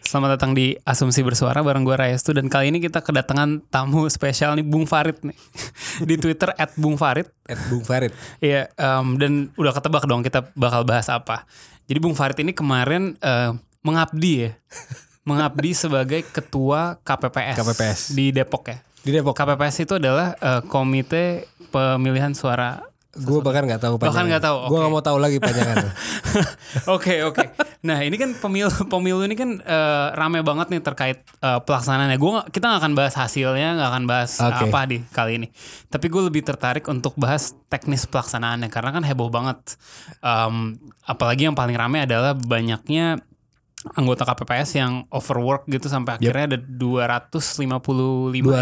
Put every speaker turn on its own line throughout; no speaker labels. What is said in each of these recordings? Selamat datang di Asumsi Bersuara bareng gue Rayestu dan kali ini kita kedatangan tamu spesial nih Bung Farid nih di Twitter at Bung Farid.
At Bung Farid.
Iya em, dan udah ketebak dong kita bakal bahas apa. Jadi Bung Farid ini kemarin eh, mengabdi ya, mengabdi sebagai ketua KPPS,
KPPS.
di Depok ya.
Di Depok.
KPPS itu adalah eh, Komite Pemilihan Suara.
Gue bahkan nggak tahu
Bahkan nggak tahu,
Gue
oke.
nggak mau tahu lagi panjangannya.
Oke oke. Nah ini kan pemilu pemilu ini kan eh, rame banget nih terkait eh, pelaksanaannya. Gua nggak- kita nggak akan bahas hasilnya, nggak akan bahas
Oke.
apa di kali ini. Tapi gue lebih tertarik untuk bahas teknis pelaksanaannya karena kan heboh banget. Em, apalagi yang paling rame adalah banyaknya anggota KPPS yang overwork gitu sampai akhirnya ada 255
220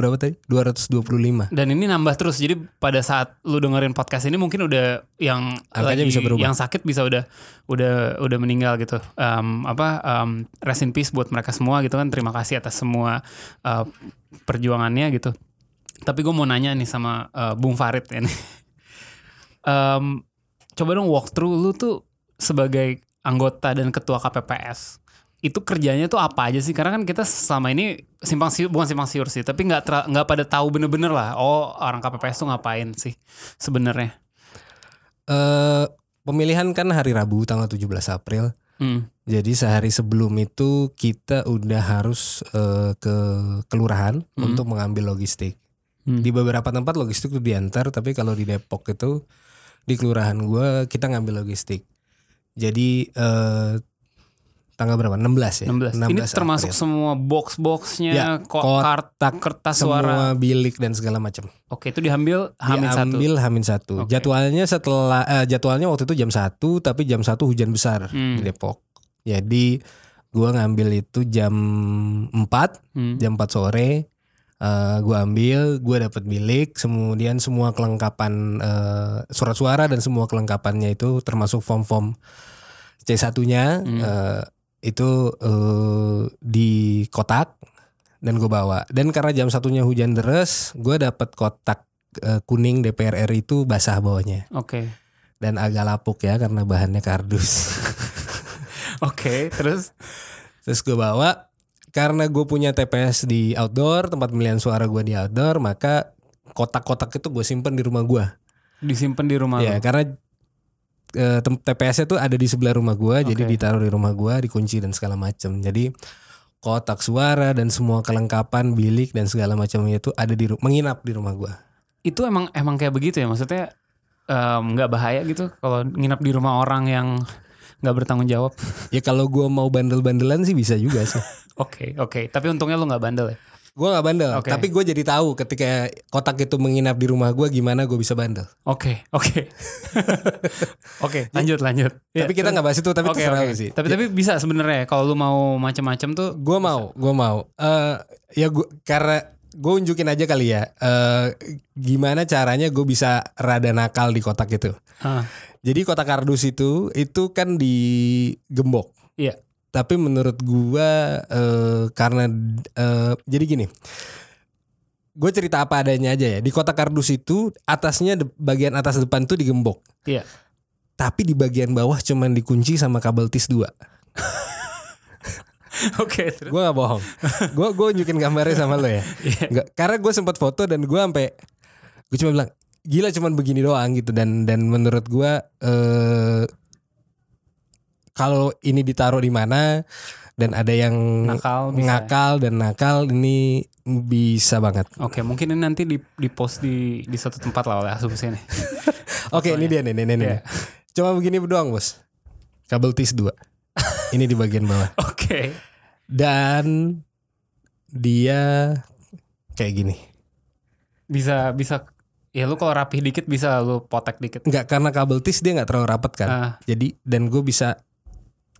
berapa tadi? 225.
dan ini nambah terus jadi pada saat lu dengerin podcast ini mungkin udah yang
Angkanya bisa berubah.
yang sakit bisa udah udah udah meninggal gitu Em, apa em, rest in peace buat mereka semua gitu kan terima kasih atas semua eh, perjuangannya gitu tapi gue mau nanya nih sama eh, Bung Farid ini Em, coba dong walk through lu tuh sebagai anggota dan ketua KPPS itu kerjanya tuh apa aja sih karena kan kita selama ini simpang siur bukan simpang siur sih tapi nggak tra- nggak pada tahu bener-bener lah oh orang KPPS tuh ngapain sih sebenarnya
Eh pemilihan kan hari Rabu tanggal 17 April.
Hmm.
Jadi sehari sebelum itu kita udah harus eh, ke kelurahan
Hmm.
untuk mengambil logistik.
Hmm.
Di beberapa tempat logistik itu diantar, tapi kalau di Depok itu di kelurahan gua kita ngambil logistik. Jadi eh tanggal berapa? 16 ya.
16. ini termasuk
April.
semua box-boxnya
Ya,
ko-
kotak,
kartu kertas suara
semua bilik dan segala macam.
oke itu diambil hamin satu
diambil Hamin satu.
Oke.
Jadwalnya setelah eh, jadwalnya waktu itu jam satu, tapi jam satu hujan besar
Hmm.
di Depok. Jadi gua ngambil itu jam 4
Hmm.
jam 4 sore. Eh, gua ambil, gua dapat bilik, kemudian semua kelengkapan eh, surat suara dan semua kelengkapannya itu termasuk form-form C1-nya
Hmm.
eh, itu eh, di kotak dan gue bawa. Dan karena jam satunya hujan deras, gue dapat kotak eh, kuning DPR RI itu basah bawahnya
oke
dan agak lapuk ya karena bahannya kardus.
oke terus
Terus gue bawa karena gue punya TPS di outdoor, tempat pemilihan suara gue di outdoor, maka kotak-kotak itu gue simpen di rumah gue.
disimpan di rumah
Ya,
lu.
karena eh, tem- TPS-nya tuh ada di sebelah rumah gua, jadi
Oke.
ditaruh di rumah gua, dikunci dan segala macam. Jadi kotak suara dan semua kelengkapan bilik dan segala macamnya itu ada di ru- menginap di rumah gua.
itu emang emang kayak begitu ya maksudnya em, nggak bahaya gitu kalau nginap di rumah orang yang nggak bertanggung jawab
Ya kalau gua mau bandel-bandelan sih bisa juga sih.
Oke oke, tapi untungnya lu nggak bandel ya.
gua nggak bandel,
Oke.
tapi gua jadi tahu ketika kotak itu menginap di rumah gua gimana gua bisa bandel.
Oke oke oke, lanjut lanjut. Ya,
tapi kita nggak bahas itu, tapi
oke,
terserah
oke.
lu sih.
Tapi tapi bisa sebenarnya ya, kalau lu mau macam-macam tuh.
Gue mau, gue mau. Eh ya gua, karena gue unjukin aja kali ya, eh gimana caranya gue bisa rada nakal di kotak itu.
ah,
Jadi kotak kardus itu, itu kan digembok.
Iya.
Tapi menurut gue eh karena eh jadi gini. Gue cerita apa adanya aja ya. Di kotak kardus itu atasnya de- bagian atas depan tuh digembok.
Iya.
Tapi di bagian bawah cuman dikunci sama kabel tis dua.
Oke terus.
Gue gak bohong. Gue gue unjukin gambarnya sama lo ya.
Iya.
Nggak, karena gue sempat foto dan gue sampai gue cuma bilang gila cuman begini doang gitu dan dan menurut gue eh, kalau ini ditaruh di mana dan ada yang
Nakal bisa. ya?
ngakal dan nakal ini bisa banget.
Oke mungkin ini nanti di di post di di satu tempat lah oleh asumsi ini.
Oke ini dia nih nih nih. nih.
Iya.
Cuma begini doang bos. Kabel tis dua. ini di bagian bawah
Oke.
dan dia kayak gini.
Bisa bisa ya lu kalau rapih dikit bisa lu potek dikit.
nggak karena kabel tis dia nggak terlalu rapat kan
Ah,
jadi dan gue bisa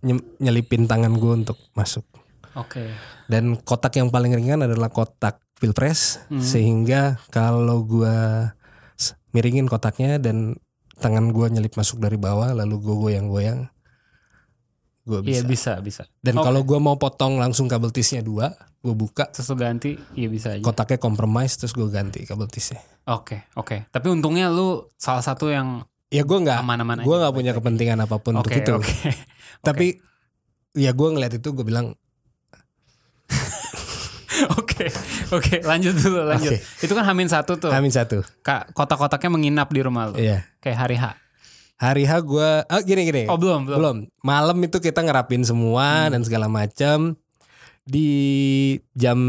nyem- nyelipin tangan gue untuk masuk
Oke.
dan kotak yang paling ringan adalah kotak pilpres
Hmm.
sehingga kalau gue miringin kotaknya dan tangan gue nyelip masuk dari bawah lalu gue goyang-goyang gue
Iya
bisa
bisa bisa.
dan
Oke.
kalau gue mau potong langsung kabel tisnya dua gue buka
Terus lu ganti, iya bisa aja. Oke
kotaknya kompromis terus gue ganti kabel tisnya
oke. Tapi untungnya lu salah satu yang
ya gue nggak
aman-aman aja.
gue nggak punya kepentingan apapun untuk
Oke
itu
oke.
tapi ya gue ngeliat itu gue bilang
Oke oke. Lanjut dulu lanjut.
Oke.
Itu kan Hamin satu tuh.
amin satu
Kak kotak-kotaknya menginap di rumah lu.
iya
Kayak hari H.
hari H gue ah gini gini
Oh belum Hmm. belum.
belum malam itu kita ngerapin semua dan segala macam di jam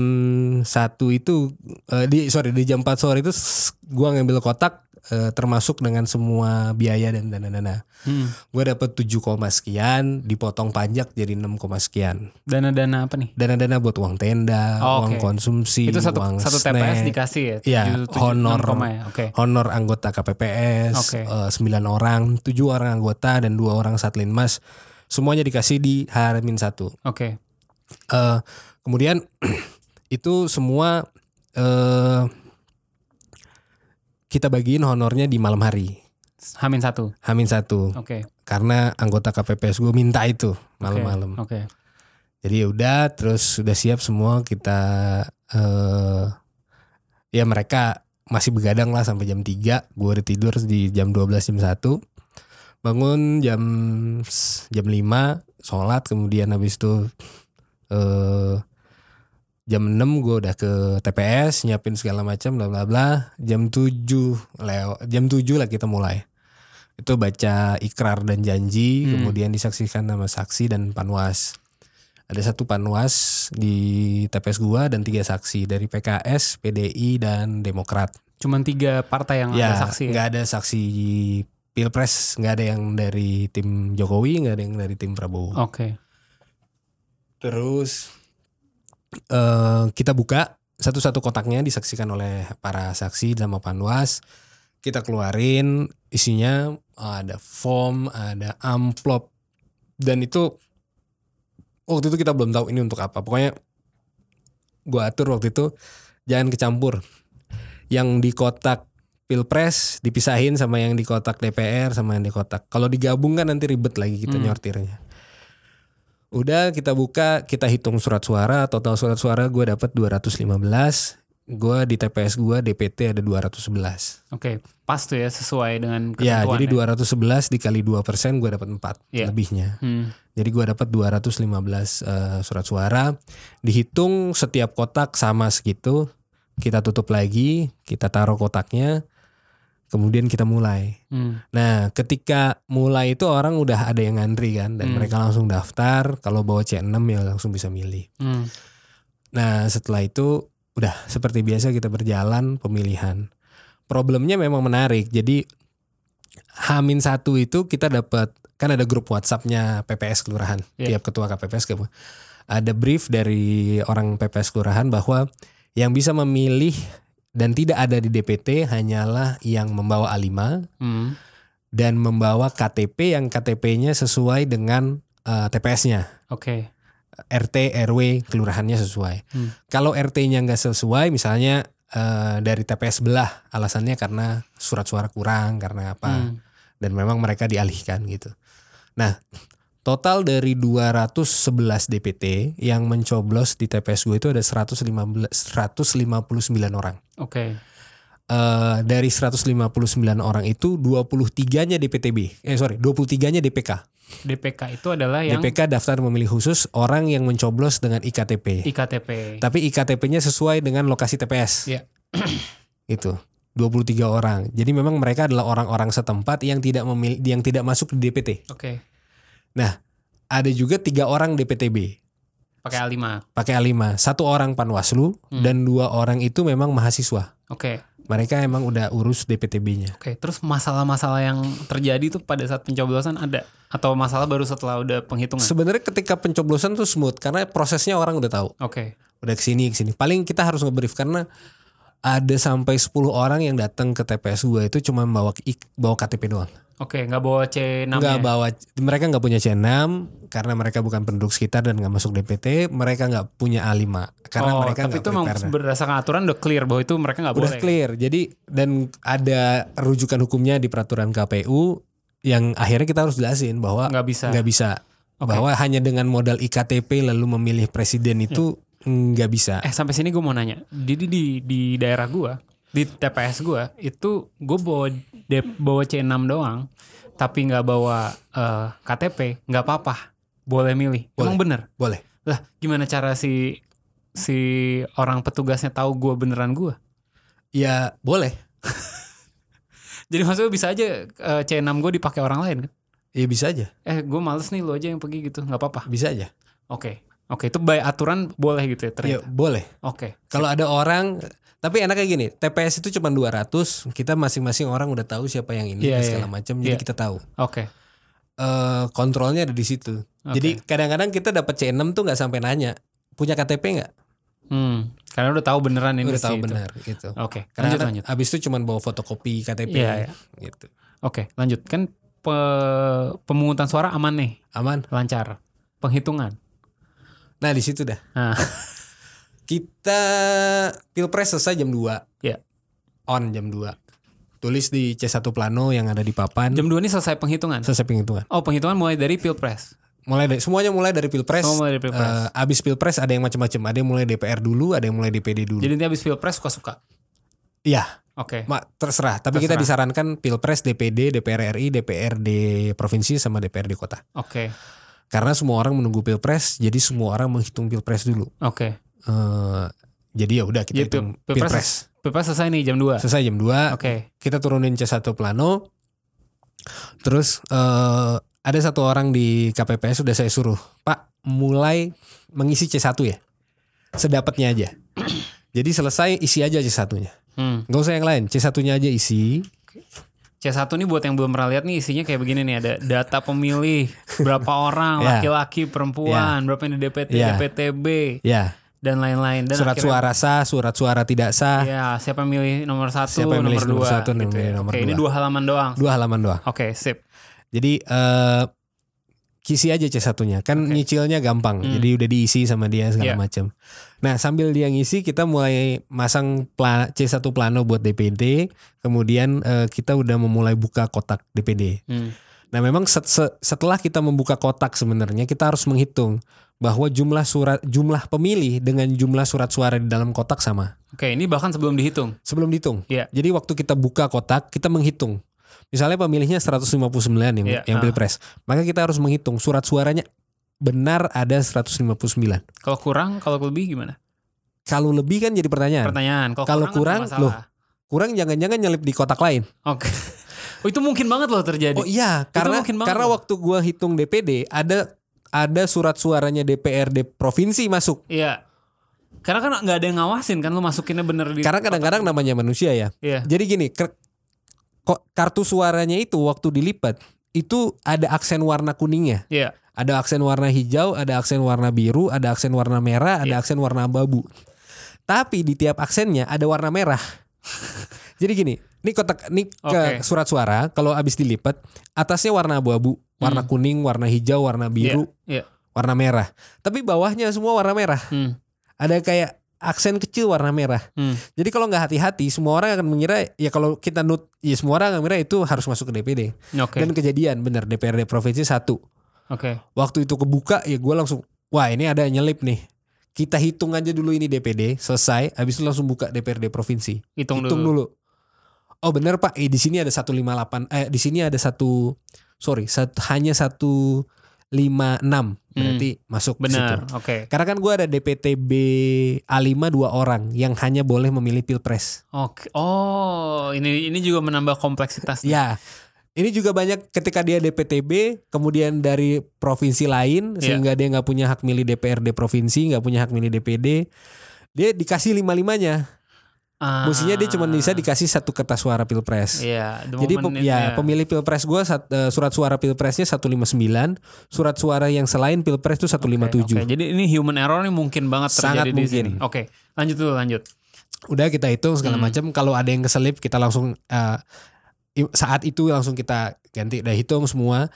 satu itu eh, di sorry di jam 4 sore itu s- gua ngambil kotak eh, termasuk dengan semua biaya dan dana dana
Hmm.
gue dapet 7, koma sekian dipotong pajak jadi 6, koma sekian
Dana-dana apa nih?
dana dana buat uang tenda
Oh,
uang
oke.
konsumsi
Itu satu
uang
satu TPS
snack,
dikasih ya?
Iya,
Tujuh- tujuh-
honor.
enam koma ya? Oke.
honor anggota KPPS
Oke.
eh, 9 orang 7 orang anggota dan dua orang satlinmas semuanya dikasih di H-1
Oke.
Eh, kemudian itu semua eh kita bagiin honornya di malam hari
Hamin satu.
Hamin satu
Oke.
karena anggota KPPS gue minta itu malam-malam
Oke.
jadi ya udah terus udah siap semua kita eh ya mereka masih begadang lah sampai jam 3 gue udah tidur di jam 12 jam 1 bangun jam jam 5 sholat kemudian habis itu eh jam 6 gue udah ke TPS nyiapin segala macam bla bla bla jam 7 Leo jam 7 lah kita mulai itu baca ikrar dan janji
Hmm.
kemudian disaksikan sama saksi dan panwas ada satu panwas di TPS gua dan tiga saksi dari PKS, PDI dan Demokrat.
Cuman tiga partai yang
ya,
ada saksi. ya?
nggak ada saksi pilpres, nggak ada yang dari tim Jokowi, nggak ada yang dari tim Prabowo.
Oke.
Terus eh kita buka satu-satu kotaknya disaksikan oleh para saksi sama panwas. Kita keluarin isinya ah, ada form, ada amplop dan itu waktu itu kita belum tahu ini untuk apa. Pokoknya gua atur waktu itu jangan kecampur. Yang di kotak Pilpres dipisahin sama yang di kotak DPR sama yang di kotak. Kalau digabung kan nanti ribet lagi kita
Hmm.
nyortirnya. Udah kita buka, kita hitung surat suara, total surat suara gue dapat 215. Gue di TPS gue DPT ada 211.
Oke. Pas tuh ya sesuai dengan ketentuan.
Ya, jadi
ya?
211 dikali 2% gue dapat 4
Iya.
lebihnya.
Hmm.
Jadi gue dapat 215 eh, surat suara. Dihitung setiap kotak sama segitu. Kita tutup lagi, kita taruh kotaknya. Kemudian kita mulai.
Hmm.
Nah, ketika mulai itu orang udah ada yang ngantri kan dan
Hmm.
mereka langsung daftar. Kalau bawa C6 ya langsung bisa milih.
Hmm.
Nah setelah itu udah seperti biasa kita berjalan pemilihan. Problemnya memang menarik. Jadi Hamin satu itu kita dapat kan ada grup WhatsAppnya PPS kelurahan.
Iya.
Tiap ketua KPPS ke- ada brief dari orang PPS kelurahan bahwa yang bisa memilih dan tidak ada di DPT hanyalah yang membawa A5
Hmm.
dan membawa KTP yang KTP-nya sesuai dengan eh, TPS-nya.
Oke.
RT RW kelurahannya sesuai.
Hmm.
Kalau RT-nya nggak sesuai, misalnya eh, dari TPS belah, alasannya karena surat suara kurang, karena apa,
Hmm.
dan memang mereka dialihkan gitu. Nah, total dari 211 DPT yang mencoblos di TPS gue itu ada 115 159 orang.
Oke.
Eh dari 159 orang itu 23-nya DPTB. Eh sorry, 23-nya DPK.
DPK itu adalah yang
DPK daftar pemilih khusus orang yang mencoblos dengan IKTP.
IKTP.
Tapi IKTP-nya sesuai dengan lokasi TPS.
Iya.
itu. 23 orang. Jadi memang mereka adalah orang-orang setempat yang tidak memilih yang tidak masuk di DPT.
Oke.
Nah, Ada juga tiga orang DPTB
Pakai A5.
pakai A5. Satu orang Panwaslu
Hmm.
dan dua orang itu memang mahasiswa.
Oke.
Mereka emang udah urus DPTB-nya.
Oke. Terus masalah-masalah yang terjadi tuh pada saat pencoblosan ada atau masalah baru setelah udah penghitungan?
Sebenarnya ketika pencoblosan tuh smooth karena prosesnya orang udah tahu.
Oke.
Udah kesini kesini. Paling kita harus ngebrief karena ada sampai 10 orang yang datang ke TPS gue itu cuma bawa ik- bawa KTP doang.
Oke, nggak bawa C6 ya?
Nggak bawa mereka nggak punya C6 karena mereka bukan penduduk sekitar dan nggak masuk DPT, mereka nggak punya A5 karena
oh,
mereka
tapi
nggak
itu memang
prepared.
berdasarkan aturan udah clear bahwa itu mereka nggak
udah
boleh. ya?
clear. Jadi dan ada rujukan hukumnya di peraturan KPU yang akhirnya kita harus jelasin bahwa
Nggak bisa.
nggak bisa
Oke.
bahwa hanya dengan modal iktp lalu memilih presiden itu nggak bisa.
Eh sampai sini gue mau nanya. Jadi di di daerah gua di TPS gua itu gue bawa de- bawa C6 doang, tapi nggak bawa eh, KTP, nggak apa-apa, boleh milih. Emang bener?
Boleh.
Lah gimana cara si si orang petugasnya tahu gua beneran gua?
Ya boleh.
Jadi maksudnya bisa aja eh, C6 gue dipakai orang lain kan?
Ya bisa aja.
Eh gue males nih lo aja yang pergi gitu, nggak apa-apa.
Bisa aja.
Oke. Oke, itu by aturan boleh gitu ya
Ya
ternyata.
boleh.
Oke.
Kalau ada orang tapi enaknya gini, TPS itu cuma 200, kita masing-masing orang udah tahu siapa yang ini
Iya,
dan
iya.
segala macam, jadi
Iya.
kita tahu.
Oke.
Eh kontrolnya ada di situ.
oke.
Jadi kadang-kadang kita dapat C6 tuh nggak sampai nanya, punya KTP nggak?
Hmm, karena udah tahu beneran ini
Udah
sih
tahu
itu.
benar gitu.
Oke, lanjut
Karena
lanjut.
abis itu cuma bawa fotokopi KTP
Iya, iya.
gitu.
Oke, lanjut. Kan pe- pemungutan suara aman nih,
Aman.
lancar. Penghitungan.
Nah, di situ dah.
Nah.
Kita Pilpres selesai jam 2.
Iya.
On jam 2. Tulis di C1 Plano yang ada di papan.
Jam 2 ini selesai penghitungan.
selesai penghitungan.
Oh, penghitungan mulai dari Pilpres.
mulai dari semuanya mulai dari pilpres.
Semua mulai dari Pilpres.
Eh, abis pilpres ada yang macam-macam. Ada yang mulai DPR dulu, ada yang mulai DPD dulu.
Jadi nanti habis Pilpres suka-suka.
Iya,
Oke.
mak terserah. Tapi kita
Terserah.
disarankan pilpres, DPD, DPR RI, DPRD provinsi sama DPRD kota.
Oke.
Karena semua orang menunggu pilpres, jadi semua orang menghitung pilpres dulu.
Oke.
Eh, jadi ya udah
Jadi
kita hitung
Iya, pil- pilpres
pilpres.
Pilpres selesai nih jam 2. Oke.
Selesai jam 2 kita turunin C1 plano. Terus eh, ada satu orang di KPPS sudah saya suruh, Pak, mulai mengisi C1 ya. Sedapatnya aja. Jadi selesai isi aja C1-nya.
Hmm.
Gak usah yang lain, C1-nya aja isi.
C1 nih buat yang belum pernah lihat nih isinya kayak begini nih ada data pemilih, berapa orang,
Ya.
laki-laki, perempuan, berapa yang di DPT,
Ya.
DPTB
Ya,
dan lain-lain dan
surat
akhirnya-
suara sah, surat suara tidak sah,
Ya, siapa yang milih nomor satu,
Siapa yang milih
nomor,
nomor
dua,
satu,
gitu
milih
ya.
nomor
Oke, ini
dua.
dua halaman doang. Oke,
dua halaman doang.
sip.
Jadi eh isi aja C1-nya. Kan
Oke.
nyicilnya gampang.
Hmm.
Jadi udah diisi sama dia
Iya.
segala macam. Nah, sambil dia ngisi kita mulai masang pla- C1 plano buat DPD, kemudian eh, kita udah memulai buka kotak DPD.
Hmm.
Nah, memang set- se- setelah kita membuka kotak sebenarnya kita harus menghitung bahwa jumlah surat jumlah pemilih dengan jumlah surat suara di dalam kotak sama
Oke, ini bahkan sebelum dihitung.
sebelum dihitung.
Iya.
Jadi waktu kita buka kotak, kita menghitung. Misalnya pemilihnya 159 yang
Iya, ah.
yang pilpres, maka kita harus menghitung surat suaranya benar ada 159.
Kalau kurang, kalau lebih gimana?
Kalau lebih kan jadi pertanyaan.
Pertanyaan. Kalau,
Kalau
kurang,
kurang,
kan bermasalah.
Kurang jangan-jangan nyelip di kotak lain.
Oke. oh, itu mungkin banget loh terjadi.
Oh iya, karena
mungkin banget
karena
loh.
waktu gua hitung DPD ada ada surat suaranya DPRD provinsi masuk.
Iya. Karena kan nggak ada yang ngawasin kan lu masukinnya bener di
Karena kadang-kadang namanya manusia ya.
Iya.
Jadi gini, ker- ko- kartu suaranya itu waktu dilipat itu ada aksen warna kuningnya.
Iya.
Ada aksen warna hijau, ada aksen warna biru, ada aksen warna merah, ada
Iya.
aksen warna abu-abu. Tapi di tiap aksennya ada warna merah. Jadi gini, ini kotak ini
Oke.
ke surat suara kalau habis dilipat atasnya warna abu-abu, warna kuning, warna hijau, warna biru,
Hmm. Iya.
warna merah. Tapi bawahnya semua warna merah.
Hmm.
Ada kayak aksen kecil warna merah.
Hmm.
Jadi kalau nggak hati-hati semua orang akan mengira ya kalau kita nut ya semua orang akan mengira itu harus masuk ke DPD.
Oke.
Dan kejadian benar DPRD provinsi satu
Oke.
waktu itu kebuka ya gue langsung wah ini ada yang nyelip nih kita hitung aja dulu ini DPD selesai habis itu langsung buka DPRD provinsi
Hitung,
hitung
dulu.
dulu, oh bener pak eh di sini ada 158 eh di sini ada satu sorry sat- hanya 156 berarti masuk ke situ.
Benar. Oke.
karena kan gue ada DPTB A5 dua orang yang hanya boleh memilih pilpres
Oke. Oh, ini ini juga menambah kompleksitas.
Ya. Ini juga banyak ketika dia DPTB, kemudian dari provinsi lain,
Iya.
sehingga dia nggak punya hak milih DPRD provinsi, nggak punya hak milih DPD. Dia dikasih lima-limanya.
Ah.
Mestinya dia cuma bisa dikasih satu kertas suara pilpres.
Iya, the
Jadi
moment
pem-
itu
ya, pemilih pilpres gue surat suara pilpresnya 159, surat suara yang selain pilpres itu
Oke,
157.
oke. Jadi ini human error nih mungkin banget terjadi
Sangat
di sini.
mungkin.
Oke, lanjut dulu lanjut.
udah kita hitung segala
Hmm.
macam kalau ada yang keselip kita langsung eh, i- saat itu langsung kita ganti udah hitung semua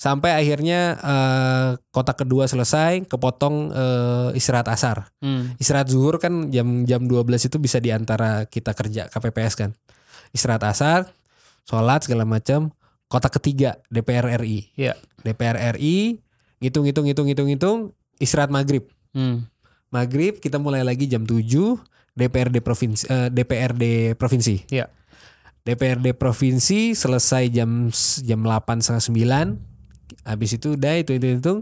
sampai akhirnya eh, kotak kedua selesai kepotong eh, istirahat asar
Hmm.
istirahat zuhur kan jam jam 12 itu bisa diantara kita kerja KPPS kan istirahat asar sholat segala macam kotak ketiga DPR RI
Iya.
DPR RI ngitung ngitung ngitung ngitung ngitung istirahat maghrib
Hmm.
Maghrib kita mulai lagi jam 7 DPRD provinsi eh, DPRD provinsi.
Iya.
DPRD provinsi selesai jam jam 8 setengah sembilan. Habis itu udah itu itu itu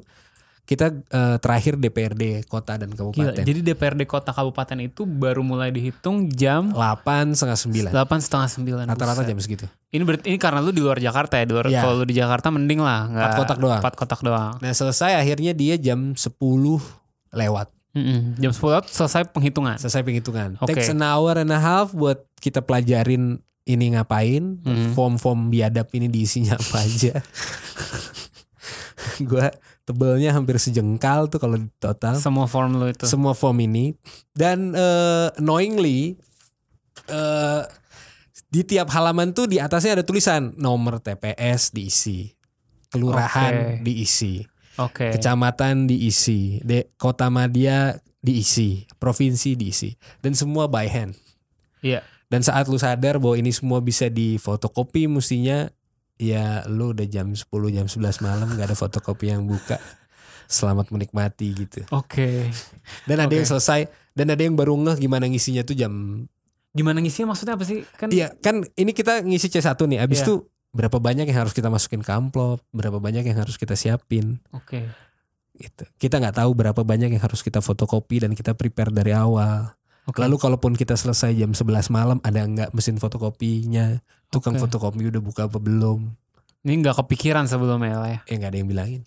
kita eh, terakhir DPRD kota dan
Gila,
kabupaten.
jadi DPRD kota kabupaten itu baru mulai dihitung jam
8 setengah sembilan.
delapan setengah sembilan.
Rata-rata
Buset.
jam segitu.
Ini berarti ini karena lu di luar Jakarta ya, di luar.
Iya.
Kalau lu di Jakarta mending lah, nggak
Empat kotak doang.
Empat kotak doang.
Nah selesai akhirnya dia jam 10 lewat.
Mm-mm. Hmm, Jam sepuluh selesai penghitungan.
Selesai penghitungan.
Oke.
Takes an hour and a half buat kita pelajarin ini ngapain,
Mhm.
form-form biadab ini diisinya apa aja. Gua tebelnya hampir sejengkal tuh kalau di total
Semua form lu itu.
semua form ini dan eh, annoyingly eh, di tiap halaman tuh di atasnya ada tulisan nomor TPS diisi,
Oke.
kelurahan diisi,
Oke.
kecamatan diisi, de kota madya diisi, provinsi diisi, dan semua by hand.
Iya.
Dan saat lu sadar bahwa ini semua bisa difotokopi mestinya ya lu udah jam 10 jam 11 malam gak ada fotokopi yang buka. Selamat menikmati gitu.
Oke.
Dan ada
Oke.
yang selesai dan ada yang baru ngeh gimana ngisinya tuh jam
Gimana ngisinya maksudnya apa sih? Kan
Iya, kan ini kita ngisi C1 nih.
Iya.
Abis itu berapa banyak yang harus kita masukin ke amplop, berapa banyak yang harus kita siapin.
Oke.
gitu. Kita nggak tahu berapa banyak yang harus kita fotokopi dan kita prepare dari awal.
Oke.
Lalu kalaupun kita selesai jam 11 malam ada nggak mesin fotokopinya? Tukang
Oke.
fotokopi udah buka apa belum?
Ini nggak kepikiran sebelumnya lah ya.
Ya nggak ada yang bilangin.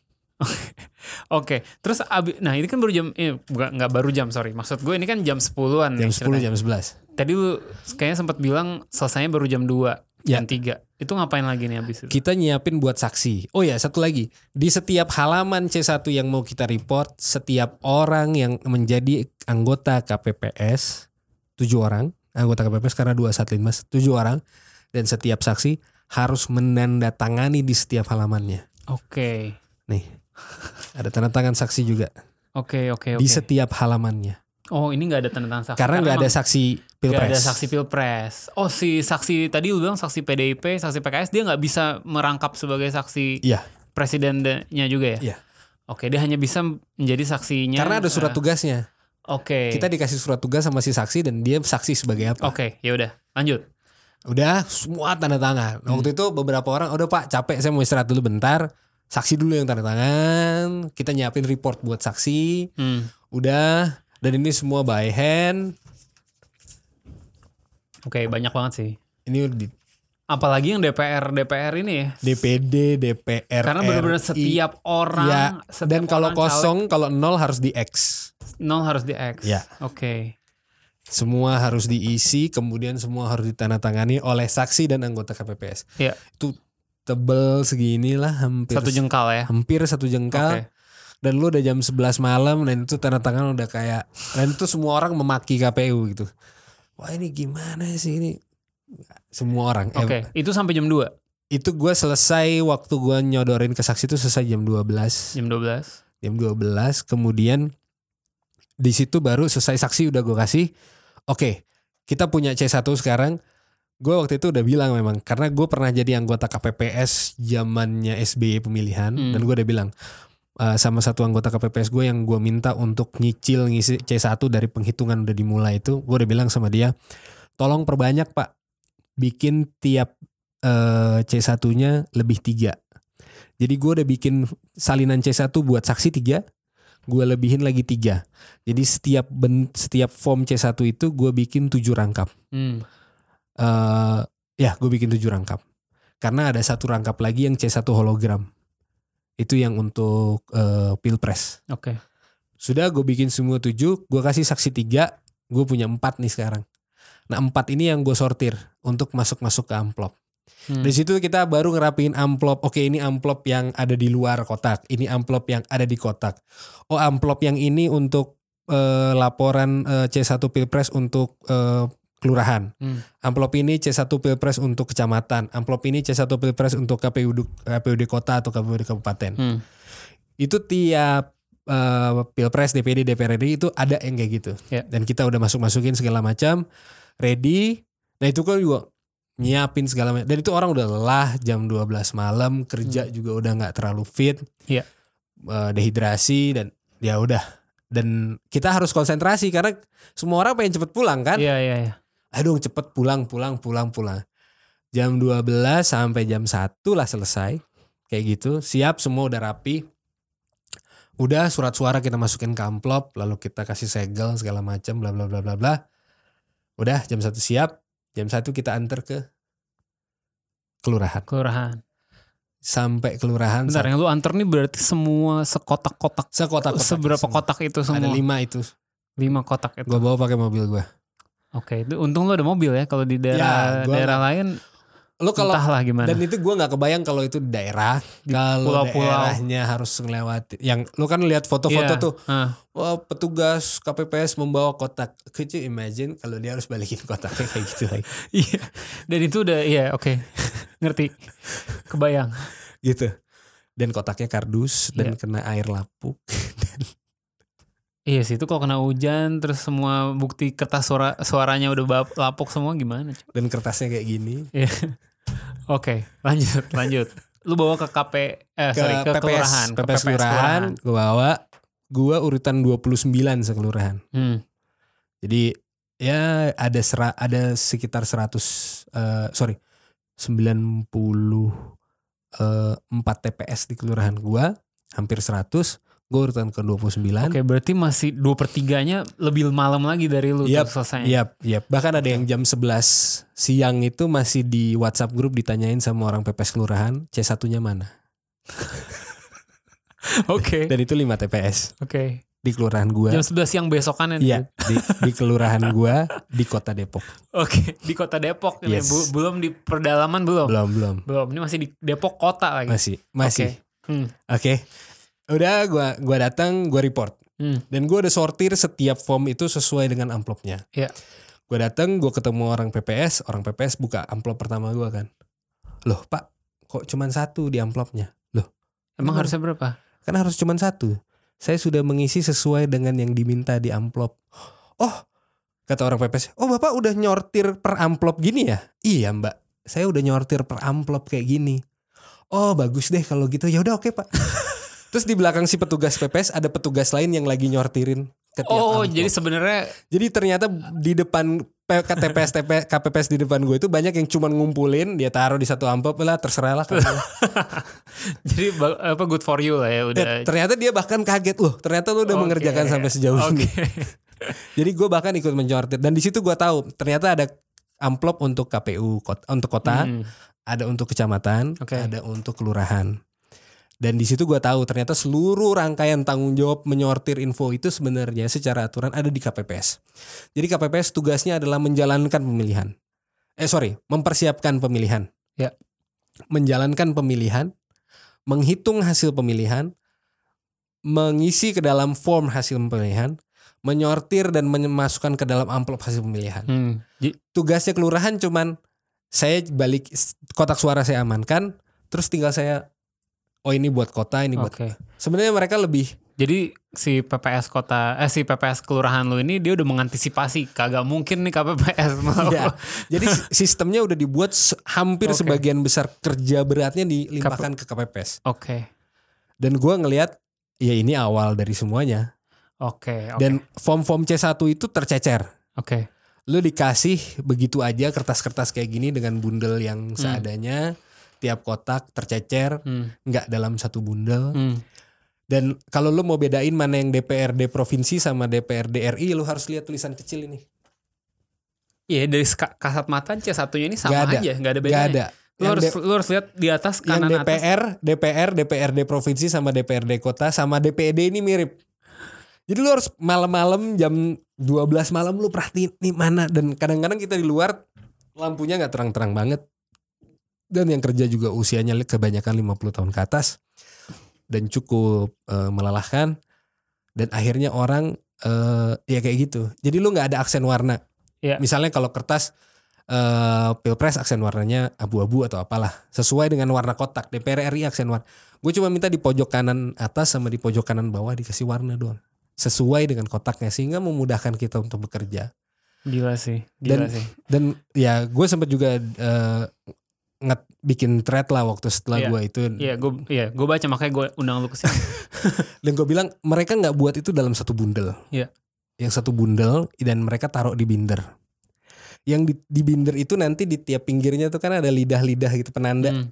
Oke. Terus abi, nah ini kan baru jam eh bukan nggak baru jam sorry. Maksud gue ini kan jam 10-an
Jam
nih
10
ceritanya.
jam 11.
Tadi lu kayaknya sempat bilang selesainya baru jam 2,
Ya.
jam 3. Itu ngapain lagi nih habis itu?
Kita nyiapin buat saksi. Oh ya, satu lagi. Di setiap halaman C1 yang mau kita report, setiap orang yang menjadi anggota KPPS 7 orang, anggota KPPS karena 2 Satlinmas 7 orang dan setiap saksi harus menandatangani di setiap halamannya.
Oke.
Ada tanda tangan saksi juga
Oke, oke,
di
oke.
setiap halamannya.
Oh, ini nggak ada tanda tangan saksi.
Karena nggak ada
emang
saksi pilpres.
nggak ada saksi pilpres. Oh, si saksi tadi lu bilang saksi PDIP, saksi PKS dia nggak bisa merangkap sebagai saksi
Iya.
presidennya juga ya?
Iya.
Oke, dia hanya bisa menjadi saksinya.
Karena ada surat
eh,
tugasnya.
Oke.
Kita dikasih surat tugas sama si saksi dan dia saksi sebagai apa?
Oke, ya udah. Lanjut.
Udah semua tanda tangan.
Hmm.
Waktu itu beberapa orang, udah Pak capek saya mau istirahat dulu bentar. Saksi dulu yang tanda tangan. Kita nyiapin report buat saksi.
Hmm.
Udah dan ini semua by hand.
Oke, banyak banget sih.
Ini udah di
Apalagi yang DPR DPR ini ya.
DPD, DPR,
Karena benar-benar
RI.
setiap orang
Iya.
setiap
dan
orang
kalau
caleg,
kosong, kalau nol harus di X.
nol harus di X.
Iya.
Oke.
Semua harus diisi, kemudian semua harus ditandatangani oleh saksi dan anggota KPPS.
Iya.
Itu tebel seginilah hampir
Satu jengkal ya.
hampir satu
Oke.
jengkal dan lu udah jam 11 malam dan itu tanda tangan udah kayak dan itu semua orang memaki KPU gitu. Wah, ini gimana sih ini? Semua orang. Eh,
Oke, itu sampai jam 2,
itu gue selesai waktu gue nyodorin ke saksi itu selesai jam 12.
jam 12.
Jam 12 kemudian di situ baru selesai saksi udah gue kasih. Oke, kita punya C1 sekarang. Gue waktu itu udah bilang memang karena gue pernah jadi anggota KPPS zamannya SBY pemilihan
Hmm.
dan gue udah bilang eh, sama satu anggota KPPS gue yang gue minta untuk nyicil ngisi C1 dari penghitungan udah dimulai itu, gue udah bilang sama dia, tolong perbanyak Pak bikin tiap eh, C1-nya lebih tiga. Jadi gue udah bikin salinan C1 buat saksi tiga, gue lebihin lagi tiga. Jadi setiap ben, setiap form C1 itu gue bikin tujuh rangkap.
Hmm.
eh ya, gue bikin tujuh rangkap. Karena ada satu rangkap lagi yang C1 hologram. Itu yang untuk eh, pilpres.
Oke.
Sudah gue bikin semua tujuh, gue kasih saksi tiga, gue punya empat nih sekarang. Nah empat ini yang gue sortir untuk masuk-masuk ke amplop.
Hmm.
Di situ kita baru ngerapiin amplop. Oke, ini amplop yang ada di luar kotak. Ini amplop yang ada di kotak. Oh, amplop yang ini untuk eh, laporan eh, C1 Pilpres untuk eh, kelurahan.
Hmm.
Amplop ini C1 Pilpres untuk kecamatan. Amplop ini C1 Pilpres untuk KPUD KPUD kota atau KPUD kabupaten.
Hmm.
Itu tiap eh, Pilpres DPD DPR RI itu ada yang kayak gitu.
Ya.
Dan kita udah masuk-masukin segala macam, ready. Nah, itu kan juga nyiapin segala macam. Dan itu orang udah lelah jam 12 malam, kerja juga udah nggak terlalu fit.
Iya.
Eh, dehidrasi dan ya udah. Dan kita harus konsentrasi karena semua orang pengen cepet pulang kan?
Iya iya iya.
aduh dong, cepet pulang pulang pulang pulang jam 12 sampai jam 1 lah selesai kayak gitu siap semua udah rapi udah surat suara kita masukin ke amplop lalu kita kasih segel segala macam bla bla bla bla bla udah jam satu siap jam satu kita antar ke kelurahan
Kelurahan.
sampai kelurahan
Bentar ya. yang lu antar nih berarti semua sekotak-kotak.
sekotak
Seberapa kotak itu semua?
ada lima itu
Lima kotak itu.
gue bawa pakai mobil gue
Oke, itu untung lu ada mobil ya. Kalau di daerah
Ya, gua
daerah lain
lo kalau
entahlah gimana.
Dan itu gua nggak kebayang kalau itu di daerah. Kalau
pulau-pulau.
daerahnya harus ngelewati. Yang lu kan lihat
Iya,
foto-foto tuh.
ah.
Wah petugas KPPS membawa kotak. Could you imagine kalau dia harus balikin kotaknya kayak gitu lagi.
Iya. Dan itu udah iya, oke. Ngerti. Kebayang.
Gitu. Dan kotaknya kardus. Dan
Iya.
kena air lapuk.
Iya sih itu kalau kena hujan terus semua bukti kertas suara suaranya udah bap- lapuk semua gimana? Cuk?
Dan kertasnya kayak gini.
Iya. Oke, lanjut, lanjut. Lu bawa ke KP eh
Ke,
sorry, ke
PPS.
kelurahan,
PPS, kelurahan. Gue bawa. Gua urutan 29 sekelurahan.
Hmm.
Jadi ya ada sera, ada sekitar 100 eh sorry 90 eh, 4 TPS di kelurahan gua, hampir 100. Gua urutan ke 29.
Oke, berarti masih 2 per 3-nya lebih malam lagi dari lu
Yap,
tuh selesai.
Iya, iya. Bahkan ada yang jam 11 siang itu masih di WhatsApp grup ditanyain sama orang PPS kelurahan, C1-nya mana?
Oke.
Dan itu 5 TPS
Oke.
di kelurahan gua.
Jam gitu. 11 siang besokannya nih.
Iya, di, di kelurahan gua di Kota Depok.
Oke, di Kota Depok ini
Yes.
Bu- belum di pedalaman belum.
Belum, belum.
Belum, ini masih di Depok kota lagi.
Masih, masih.
Oke. Hmm.
Oke. Udah gua gua datang, gua report.
Hmm.
Dan gua udah sortir setiap form itu sesuai dengan amplopnya.
Iya.
Gua datang, gua ketemu orang PPS, orang PPS buka amplop pertama gua kan. Loh, Pak, kok cuman satu di amplopnya?
Emang
Emang-
harusnya berapa?
Kan harus cuman satu. Saya sudah mengisi sesuai dengan yang diminta di amplop. Oh, kata orang PPS, "Oh, Bapak udah nyortir per amplop gini ya?" Iya, Mbak. Saya udah nyortir per amplop kayak gini. Oh, bagus deh kalau gitu. Ya udah oke, Pak. Terus di belakang si petugas PPS ada petugas lain yang lagi nyortirin ke tiap
Oh,
amplop.
jadi sebenarnya
Jadi ternyata di depan P- KTPS TP- KPPS di depan gue itu banyak yang cuman ngumpulin dia taruh di satu amplop lah terserah lah. kamu.
jadi ba- apa good for you lah ya udah.
Eh, ternyata dia bahkan kaget loh. Ternyata lu udah
Oke. ya.
mengerjakan sampai sejauh ini.
Oke.
Jadi gue bahkan ikut menyortir dan di situ gue tahu ternyata ada amplop untuk KPU kot- untuk kota,
Hmm.
ada untuk kecamatan,
Oke.
ada untuk kelurahan. Dan di situ gue tahu ternyata seluruh rangkaian tanggung jawab menyortir info itu sebenarnya secara aturan ada di KPPS. Jadi KPPS tugasnya adalah menjalankan pemilihan. Eh sorry, mempersiapkan pemilihan.
Ya.
Menjalankan pemilihan, menghitung hasil pemilihan, mengisi ke dalam form hasil pemilihan, menyortir dan memasukkan ke dalam amplop hasil pemilihan
Hmm. Ji-
tugasnya kelurahan cuman saya balik kotak suara saya amankan terus tinggal saya oh ini buat kota ini buat
Oke.
sebenarnya mereka lebih
Jadi si PPS kota eh si PPS kelurahan lu ini dia udah mengantisipasi kagak mungkin nih KPPS mau
tidak jadi si- sistemnya udah dibuat se- hampir
Oh. Oke.
sebagian besar kerja beratnya dilimpahkan ke KPPS
Oke.
dan gua ngelihat ya ini awal dari semuanya
Oke. Oke.
dan form-form C1 itu tercecer
Oke.
lu dikasih begitu aja kertas-kertas kayak gini dengan bundel yang seadanya tiap kotak tercecer
Hmm.
nggak dalam satu bundel
Hmm.
Dan kalau lu mau bedain mana yang DPRD provinsi sama DPRD RI, lu harus lihat tulisan kecil ini.
Iya dari ska- kasat mata C satunya ini sama
Gak ada.
aja, nggak ada bedanya.
Gak ada.
Lu
Yang
harus
D-
lu harus lihat di atas
yang
kanan atas.
DPR, DPR, DPRD provinsi sama DPRD kota sama DPD ini mirip. Jadi lu harus malam-malam jam 12 malam lu perhatiin nih mana dan kadang-kadang kita di luar lampunya nggak terang-terang banget. Dan yang kerja juga usianya kebanyakan 50 tahun ke atas dan cukup eh, melelahkan dan akhirnya orang eh, ya kayak gitu. Jadi lu nggak ada aksen warna.
Iya.
Misalnya kalau kertas eh pilpres aksen warnanya abu-abu atau apalah sesuai dengan warna kotak DPR RI aksen warna. Gue cuma minta di pojok kanan atas sama di pojok kanan bawah dikasih warna doang sesuai dengan kotaknya sehingga memudahkan kita untuk bekerja.
Gila sih, gila sih.
Dan ya gue sempat juga eh, nget bikin thread lah waktu setelah
Iya.
gue itu
Iya, gue iya, gue baca makanya gue undang lu ke sini.
dan gue bilang mereka nggak buat itu dalam satu bundel
Iya.
yang satu bundel dan mereka taruh di binder yang di, di binder itu nanti di tiap pinggirnya tuh kan ada lidah-lidah gitu penanda
Hmm.